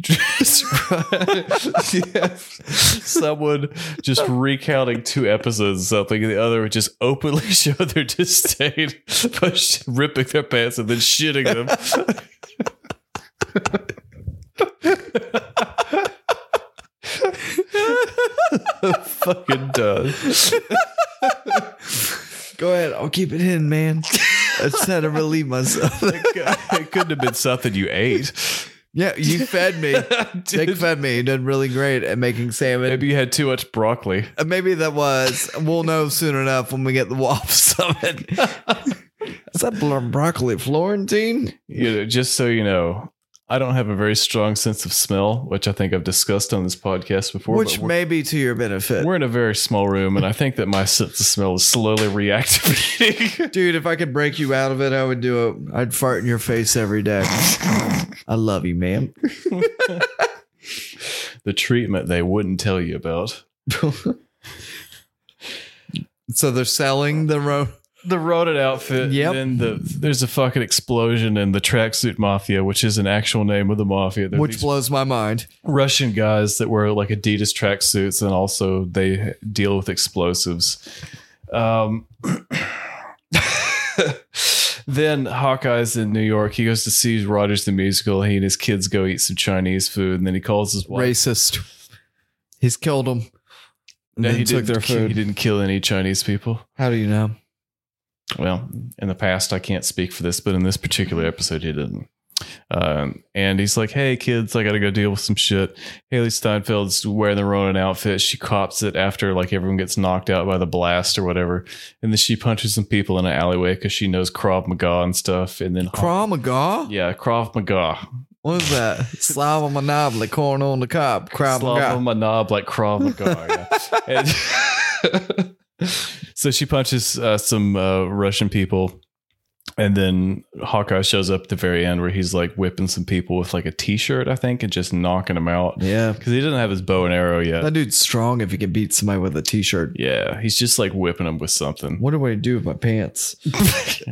Speaker 1: just yes. someone just recounting two episodes of something and the other would just openly show their disdain by sh- ripping their pants and then shitting them fucking done
Speaker 2: Go ahead. I'll keep it in, man. I just had to relieve myself.
Speaker 1: it couldn't have been something you ate
Speaker 2: yeah, you fed me. Jake fed me. You did really great at making salmon.
Speaker 1: maybe you had too much broccoli
Speaker 2: Uh, Maybe that was. We'll know soon enough when we get the WAF summit. Is that bl- broccoli Florentine?
Speaker 1: you know, just so you know, I don't have a very strong sense of smell, which I think I've discussed on this podcast before.
Speaker 2: Which
Speaker 1: but we're,
Speaker 2: may be to your benefit.
Speaker 1: we're in a very small room, and I think that my sense of smell is slowly reactivating.
Speaker 2: Dude, if I could break you out of it, I would do it. I'd fart in your face every day. I love you, man.
Speaker 1: the treatment they wouldn't tell you about.
Speaker 2: So they're selling the road.
Speaker 1: the Ronin outfit.
Speaker 2: Yep.
Speaker 1: And then the there's a fucking explosion in the tracksuit mafia, which is an actual name of the mafia. They're
Speaker 2: Which
Speaker 1: these
Speaker 2: blows my mind.
Speaker 1: Russian guys that wear like Adidas tracksuits and also they deal with explosives. Um, then Hawkeye's in New York. He goes to see Rogers the musical. He and his kids go eat some Chinese food, and then he calls his wife.
Speaker 2: Racist. He's killed them.
Speaker 1: No, he, did,
Speaker 2: their
Speaker 1: he didn't kill any Chinese people.
Speaker 2: How do you know?
Speaker 1: well, in the past, I can't speak for this, but in this particular episode, he didn't. Um, and he's like, "Hey, kids, I got to go deal with some shit." Haley Steinfeld's wearing the Ronin outfit. She cops it after like everyone gets knocked out by the blast or whatever, and then she punches some people in an alleyway because she knows Krav Maga and stuff. And then
Speaker 2: Krav Maga?
Speaker 1: yeah, Krav Maga,
Speaker 2: What is that? Slava Monopoly, corn on the cob. Krav
Speaker 1: Slava
Speaker 2: Maga.
Speaker 1: Manab like Krav Maga. yeah. And- so she punches uh, some uh, Russian people, and then Hawkeye shows up at the very end where he's like whipping some people with like a T-shirt, I think, and just knocking them out
Speaker 2: Yeah.
Speaker 1: because he doesn't have his bow and arrow yet.
Speaker 2: That dude's strong if he can beat somebody with a t shirt.
Speaker 1: yeah, he's just like whipping them with something.
Speaker 2: What do I do with my pants?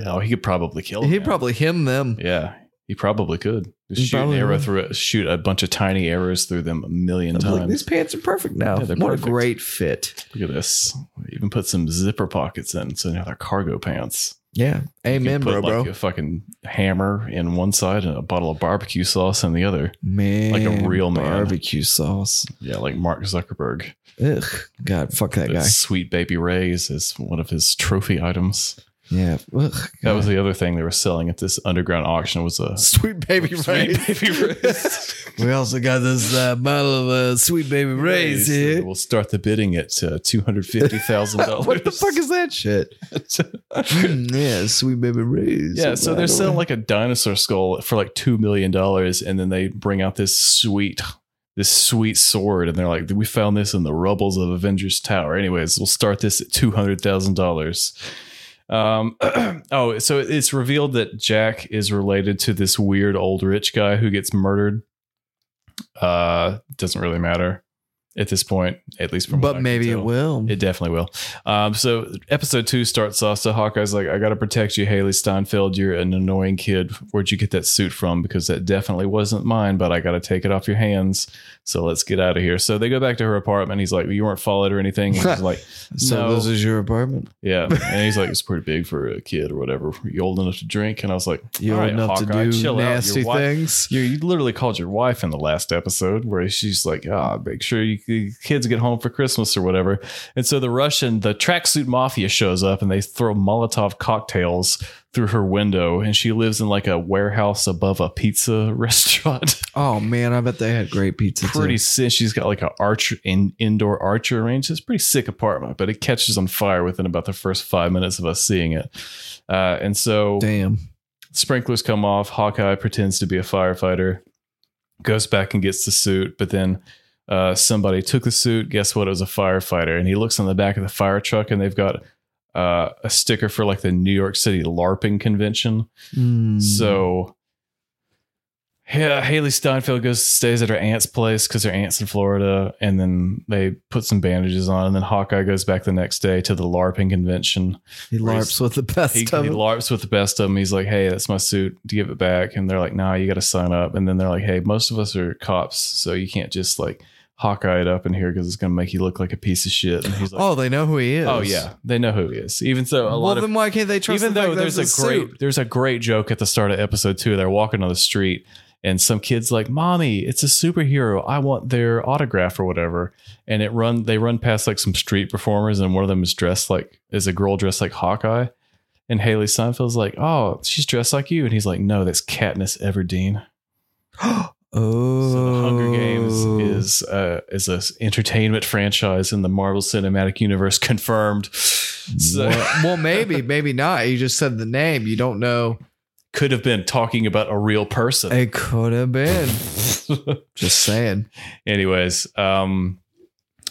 Speaker 1: Oh, he could probably kill them.
Speaker 2: He'd probably him them.
Speaker 1: yeah. He probably could Just
Speaker 2: He
Speaker 1: shoot
Speaker 2: probably
Speaker 1: an arrow
Speaker 2: would.
Speaker 1: through it, shoot a bunch of tiny arrows through them a million
Speaker 2: I'm like,
Speaker 1: times.
Speaker 2: these pants are perfect now.
Speaker 1: Yeah, they're
Speaker 2: what
Speaker 1: perfect.
Speaker 2: a great fit.
Speaker 1: Look at this. We even put some zipper pockets in, so now they're cargo pants.
Speaker 2: Yeah.
Speaker 1: You
Speaker 2: Amen,
Speaker 1: can put
Speaker 2: bro, bro.
Speaker 1: like a fucking hammer in one side and a bottle of barbecue sauce in the other.
Speaker 2: man.
Speaker 1: real man.
Speaker 2: Barbecue sauce.
Speaker 1: Yeah, like Mark Zuckerberg.
Speaker 2: Ugh. God, fuck that
Speaker 1: That
Speaker 2: guy.
Speaker 1: Sweet baby Ray's is one of his trophy items.
Speaker 2: Yeah. Ugh,
Speaker 1: That was the other thing they were selling at this underground auction was a
Speaker 2: Sweet baby
Speaker 1: Sweet
Speaker 2: Ray's.
Speaker 1: Baby Ray's.
Speaker 2: we also got this uh, bottle of uh, sweet baby Ray's
Speaker 1: So
Speaker 2: here.
Speaker 1: We'll start the bidding at uh, two hundred fifty thousand dollars.
Speaker 2: What the fuck is that shit? Mm, yeah, sweet baby Ray's.
Speaker 1: Yeah, so they're selling like a dinosaur skull for like two million dollars, and then they bring out this sweet, this sweet sword, and they're like, "We found this in the rubbles of Avengers Tower." Anyways, we'll start this at two hundred thousand dollars. Um, oh, so it's revealed that Jack is related to this weird old rich guy who gets murdered. Uh, doesn't really matter at this point, at least from. what I
Speaker 2: but
Speaker 1: can
Speaker 2: maybe it
Speaker 1: tell.
Speaker 2: will.
Speaker 1: It definitely will. Um, so episode two starts off. So Hawkeye's like, I got to protect you, Haley Steinfeld. You're an annoying kid. Where'd you get that suit from? Because that definitely wasn't mine, but I got to take it off your hands. So let's get out of here. So they go back to her apartment. He's like, You weren't followed or anything. And She's like,
Speaker 2: so
Speaker 1: No.
Speaker 2: this is your apartment.
Speaker 1: Yeah. And he's like, It's pretty big for a kid or whatever. You old enough to drink? And I was like,
Speaker 2: You're
Speaker 1: "All
Speaker 2: old
Speaker 1: right,
Speaker 2: enough
Speaker 1: Hawkeye,
Speaker 2: to do
Speaker 1: chill out. Your
Speaker 2: nasty
Speaker 1: wife-
Speaker 2: things.
Speaker 1: you, you literally called your wife in the last episode where she's like, ah, make sure you, the kids get home for Christmas or whatever. And so the Russian, the tracksuit mafia shows up and they throw Molotov cocktails through her window. And she lives in like a warehouse above a pizza restaurant.
Speaker 2: Oh man, I bet they had great pizza.
Speaker 1: pretty
Speaker 2: too.
Speaker 1: sick. She's got like an archer, in, indoor archer range. It's a pretty sick apartment, but it catches on fire within about the first five minutes of us seeing it. Uh, and so
Speaker 2: damn.
Speaker 1: sprinklers come off. Hawkeye pretends to be a firefighter, goes back and gets the suit, but then uh, somebody took the suit. Guess what? It was a firefighter. And he looks on the back of the fire truck and they've got uh, a sticker for like the New York City LARPing convention.
Speaker 2: Mm.
Speaker 1: So. Yeah, Haley Steinfeld goes stays at her aunt's place because her aunt's in Florida, and then they put some bandages on, and then Hawkeye goes back the next day to the LARPing convention
Speaker 2: he larps with the best
Speaker 1: he, he
Speaker 2: of them.
Speaker 1: larps with the best of them. He's like, "Hey, that's my suit. Do you give it back." And they're like, "Nah, you got to sign up." And then they're like, "Hey, most of us are cops, so you can't just like Hawkeye it up in here because it's gonna make you look like a piece of shit." And he's like,
Speaker 2: oh, they know who he is.
Speaker 1: "Oh yeah, they know who he is." Even so, a
Speaker 2: well,
Speaker 1: lot of
Speaker 2: then why can't they trust?
Speaker 1: even
Speaker 2: the fact
Speaker 1: though
Speaker 2: that
Speaker 1: there's a,
Speaker 2: it's
Speaker 1: great
Speaker 2: suit?
Speaker 1: there's a great joke at the start of episode two they're walking on the street and some kids like mommy it's a superhero i want their autograph or whatever and it run they run past like some street performers and one of them is dressed like is a girl dressed like hawkeye and haley seinfeld's like oh she's dressed like you and he's like no that's katniss everdeen
Speaker 2: Oh,
Speaker 1: so the Hunger Games is uh, is a s- entertainment franchise in the Marvel Cinematic Universe confirmed. So
Speaker 2: well, well, maybe, maybe not. You just said the name. You don't know.
Speaker 1: could have been talking about a real person.
Speaker 2: It could have been. Just saying.
Speaker 1: Anyways, um,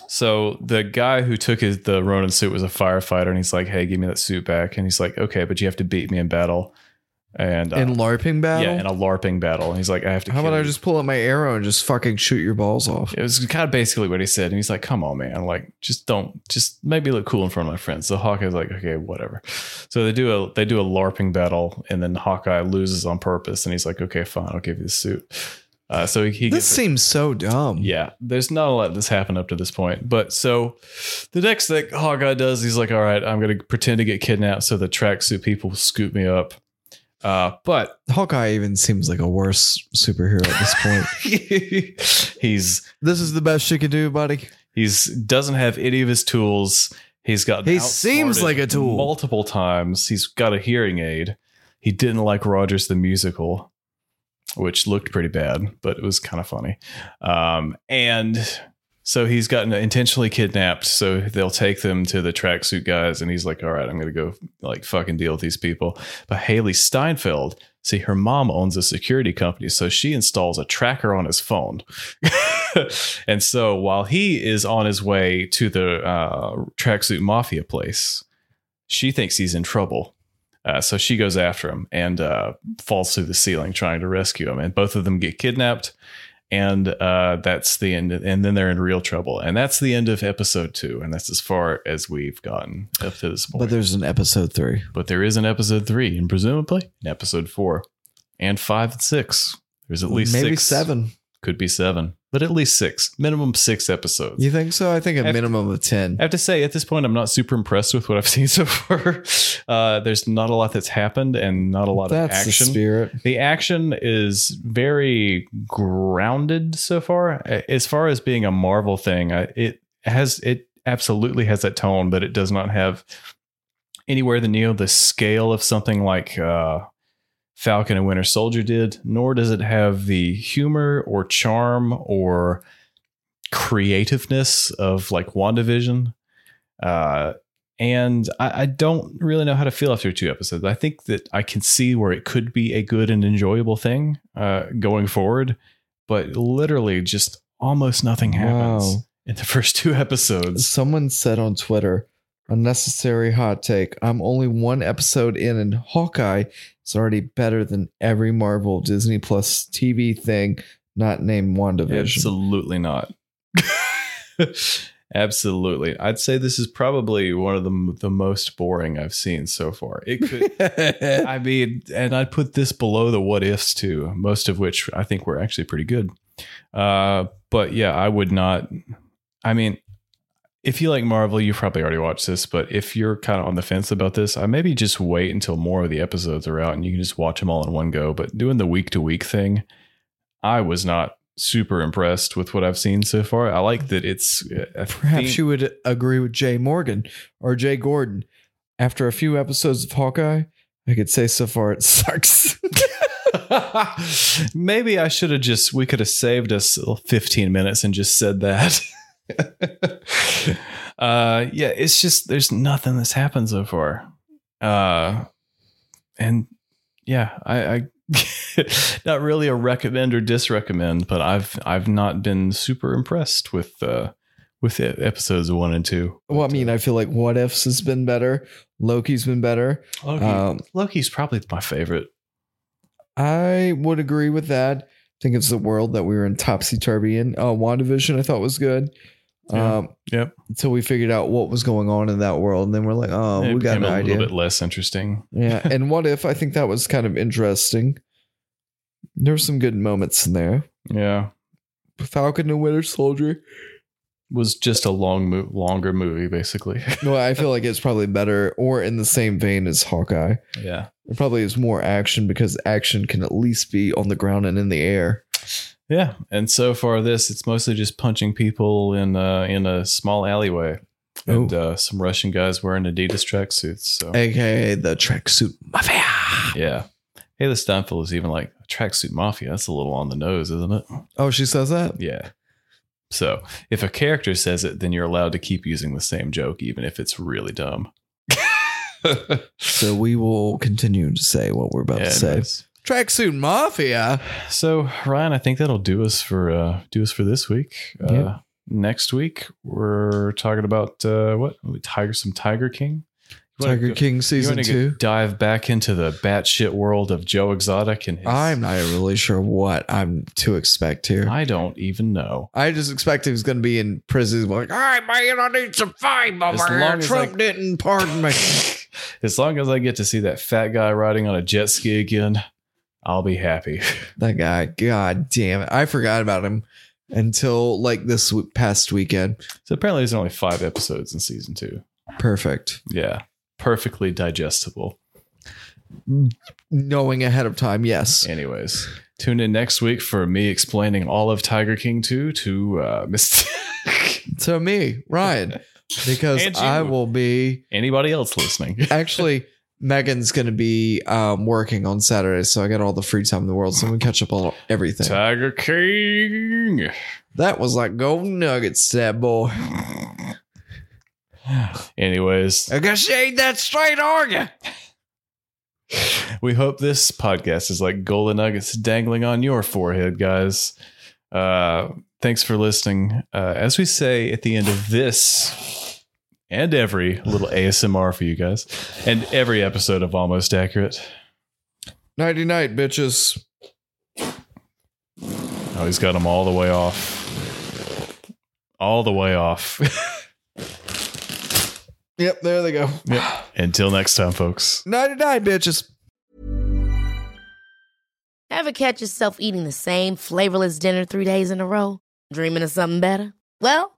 Speaker 1: so the guy who took his the Ronin suit was a firefighter, and he's like, "Hey, give me that suit back." And he's like, "Okay, but you have to beat me in battle." and uh,
Speaker 2: in LARPing battle.
Speaker 1: yeah, in a LARPing battle. And he's like, I have to.
Speaker 2: How
Speaker 1: kill
Speaker 2: about I
Speaker 1: you.
Speaker 2: just pull out my arrow and just fucking shoot your balls off?
Speaker 1: It was kind of basically what he said, and he's like, "Come on, man! Like, just don't, just maybe look cool in front of my friends." So Hawkeye's like, "Okay, whatever." So they do a they do a LARPing battle, and then Hawkeye loses on purpose, and he's like, "Okay, fine, I'll give you the suit." Uh, so he, he
Speaker 2: This
Speaker 1: gets it.
Speaker 2: seems so dumb.
Speaker 1: Yeah, there's not a lot that's happened up to this point. But so the next thing Hawkeye does, he's like, all right, I'm going to pretend to get kidnapped so the tracksuit people will scoop me up. Uh, but
Speaker 2: Hawkeye even seems like a worse superhero at this point.
Speaker 1: he's
Speaker 2: this is the best you can do, buddy.
Speaker 1: he's doesn't have any of his tools. He's got
Speaker 2: He seems like a tool.
Speaker 1: multiple times. He's got a hearing aid. He didn't like Rogers the musical, which looked pretty bad, but it was kind of funny. Um, and so he's gotten intentionally kidnapped. So they'll take them to the tracksuit guys, and he's like, "All right, I'm gonna go like fucking deal with these people." But Haley Steinfeld, see, her mom owns a security company, so she installs a tracker on his phone. and so while he is on his way to the uh, tracksuit mafia place, she thinks he's in trouble. Uh, so she goes after him and uh, falls through the ceiling trying to rescue him. And both of them get kidnapped. And uh, that's the end. And then they're in real trouble. And that's the end of episode two. And that's as far as we've gotten up to this point.
Speaker 2: But there's an episode three.
Speaker 1: But there is an episode three, and presumably an episode four, and five and six. There's at least
Speaker 2: maybe
Speaker 1: six.
Speaker 2: seven.
Speaker 1: could be seven, but at least six, minimum six episodes.
Speaker 2: You think so? I think a
Speaker 1: I've-
Speaker 2: minimum of ten.
Speaker 1: I have to say, at this point, I'm not super impressed with what I've seen so far. Uh, there's not a lot that's happened, and not a lot
Speaker 2: That's
Speaker 1: of
Speaker 2: the
Speaker 1: action.
Speaker 2: spirit.
Speaker 1: The action is very grounded so far. A- As far as being a Marvel thing, I- it has it absolutely has that tone, but it does not have anywhere the Neo the scale of something like uh, Falcon and Winter Soldier did. Nor does it have the humor or charm or creativeness of like WandaVision. Uh, and I, I don't really know how to feel after two episodes. I think that I can see where it could be a good and enjoyable thing uh, going forward, but literally just almost nothing happens
Speaker 2: Wow.
Speaker 1: in the first two episodes.
Speaker 2: Someone said on Twitter, unnecessary hot take. I'm only one episode in, and Hawkeye is already better than every Marvel Disney Plus TV thing not named WandaVision.
Speaker 1: Absolutely not. Absolutely, I'd say this is probably one of the the most boring I've seen so far. It could. I mean, and I'd put this below the what ifs too, most of which I think were actually pretty good. Uh, but yeah, I would not. I mean, if you like Marvel, you probably already watched this, but if you're kind of on the fence about this, I maybe just wait until more of the episodes are out and you can just watch them all in one go. But doing the week to week thing, I was not super impressed with what I've seen so far. I like that it's uh, a
Speaker 2: Perhaps
Speaker 1: theme-
Speaker 2: you would agree with Jay Morgan or Jay Gordon. After a few episodes of Hawkeye, I could say so far it sucks.
Speaker 1: Maybe I should have just, we could have saved us 15 minutes and just said that. uh, yeah, it's just, there's nothing that's happened so far. Uh, and yeah, I, I not really a recommend or disrecommend, but I've, I've not been super impressed with, uh, with e- episodes one and two.
Speaker 2: well, I mean, I feel like What Ifs has been better, Loki's been better.
Speaker 1: uh, Loki,
Speaker 2: Um,
Speaker 1: Loki's probably my favorite.
Speaker 2: I would agree with that. I think it's the world that we were in topsy turvy in. Uh, WandaVision, I thought was good.
Speaker 1: Yeah.
Speaker 2: Um,
Speaker 1: Yep.
Speaker 2: Until we figured out what was going on in that world, and then we're like, oh,
Speaker 1: It
Speaker 2: we got
Speaker 1: became
Speaker 2: an
Speaker 1: a
Speaker 2: idea.
Speaker 1: little bit less interesting.
Speaker 2: yeah. And what if? I think that was kind of interesting. There were some good moments in there.
Speaker 1: Yeah.
Speaker 2: Falcon and Winter Soldier.
Speaker 1: was just a long mo- longer movie basically
Speaker 2: No, I feel like it's probably better or in the same vein as Hawkeye.
Speaker 1: yeah
Speaker 2: It probably is more action because action can at least be on the ground and in the air.
Speaker 1: yeah and so far this it's mostly just punching people in uh in a small alleyway and uh, some russian guys wearing adidas tracksuits so
Speaker 2: AKA the tracksuit mafia.
Speaker 1: yeah hey the steinfeld is even like tracksuit mafia that's a little on the nose isn't it
Speaker 2: Oh, she says that?
Speaker 1: yeah so if a character says it then you're allowed to keep using the same joke even if it's really dumb
Speaker 2: So we will continue to say what we're about
Speaker 1: Yeah,
Speaker 2: to say.
Speaker 1: anyways.
Speaker 2: Tracksuit Mafia.
Speaker 1: So Ryan, I think that'll do us for uh, do us for this week. Uh,
Speaker 2: Yeah.
Speaker 1: next week we're talking about uh, what tiger some Tiger King. wanna
Speaker 2: Tiger
Speaker 1: go-
Speaker 2: King
Speaker 1: You
Speaker 2: season
Speaker 1: want to
Speaker 2: two.
Speaker 1: dive back into the batshit world of Joe Exotic and his,
Speaker 2: I'm not really sure what I'm to expect here.
Speaker 1: I don't even know.
Speaker 2: I just expect he was going to be in prison. Like, all right, man, I need some fame
Speaker 1: As
Speaker 2: over here.
Speaker 1: long as
Speaker 2: Trump
Speaker 1: I-
Speaker 2: didn't pardon me.
Speaker 1: As long as I get to see that fat guy riding on a jet ski again, I'll be happy.
Speaker 2: that guy, god damn it, I forgot about him until like this w- past weekend.
Speaker 1: So apparently, there's only five episodes in season two.
Speaker 2: Perfect.
Speaker 1: Yeah, perfectly digestible.
Speaker 2: Knowing ahead of time, yes.
Speaker 1: Anyways, tune in next week for me explaining all of Tiger King two to uh, Miss
Speaker 2: To me, Ryan, because
Speaker 1: And you.
Speaker 2: I will be
Speaker 1: anybody else listening.
Speaker 2: actually. Megan's going to be um, working on Saturday, so I got all the free time in the world. So I'm going to catch up on everything.
Speaker 1: Tiger King.
Speaker 2: That was like golden nuggets, to that boy.
Speaker 1: Anyways,
Speaker 2: I guess you ate that straight, are ya?
Speaker 1: we hope this podcast is like golden nuggets dangling on your forehead, guys. Uh, thanks for listening. Uh, as we say at the end of this and every little ASMR for you guys, and every episode of Almost Accurate.
Speaker 2: Nighty night, bitches.
Speaker 1: Oh, he's got him all the way off. All the way off.
Speaker 2: Yep, there they go.
Speaker 1: Yep. Until next time, folks.
Speaker 2: Nighty night, bitches.
Speaker 3: Ever catch yourself eating the same flavorless dinner three days in a row? Dreaming of something better? Well,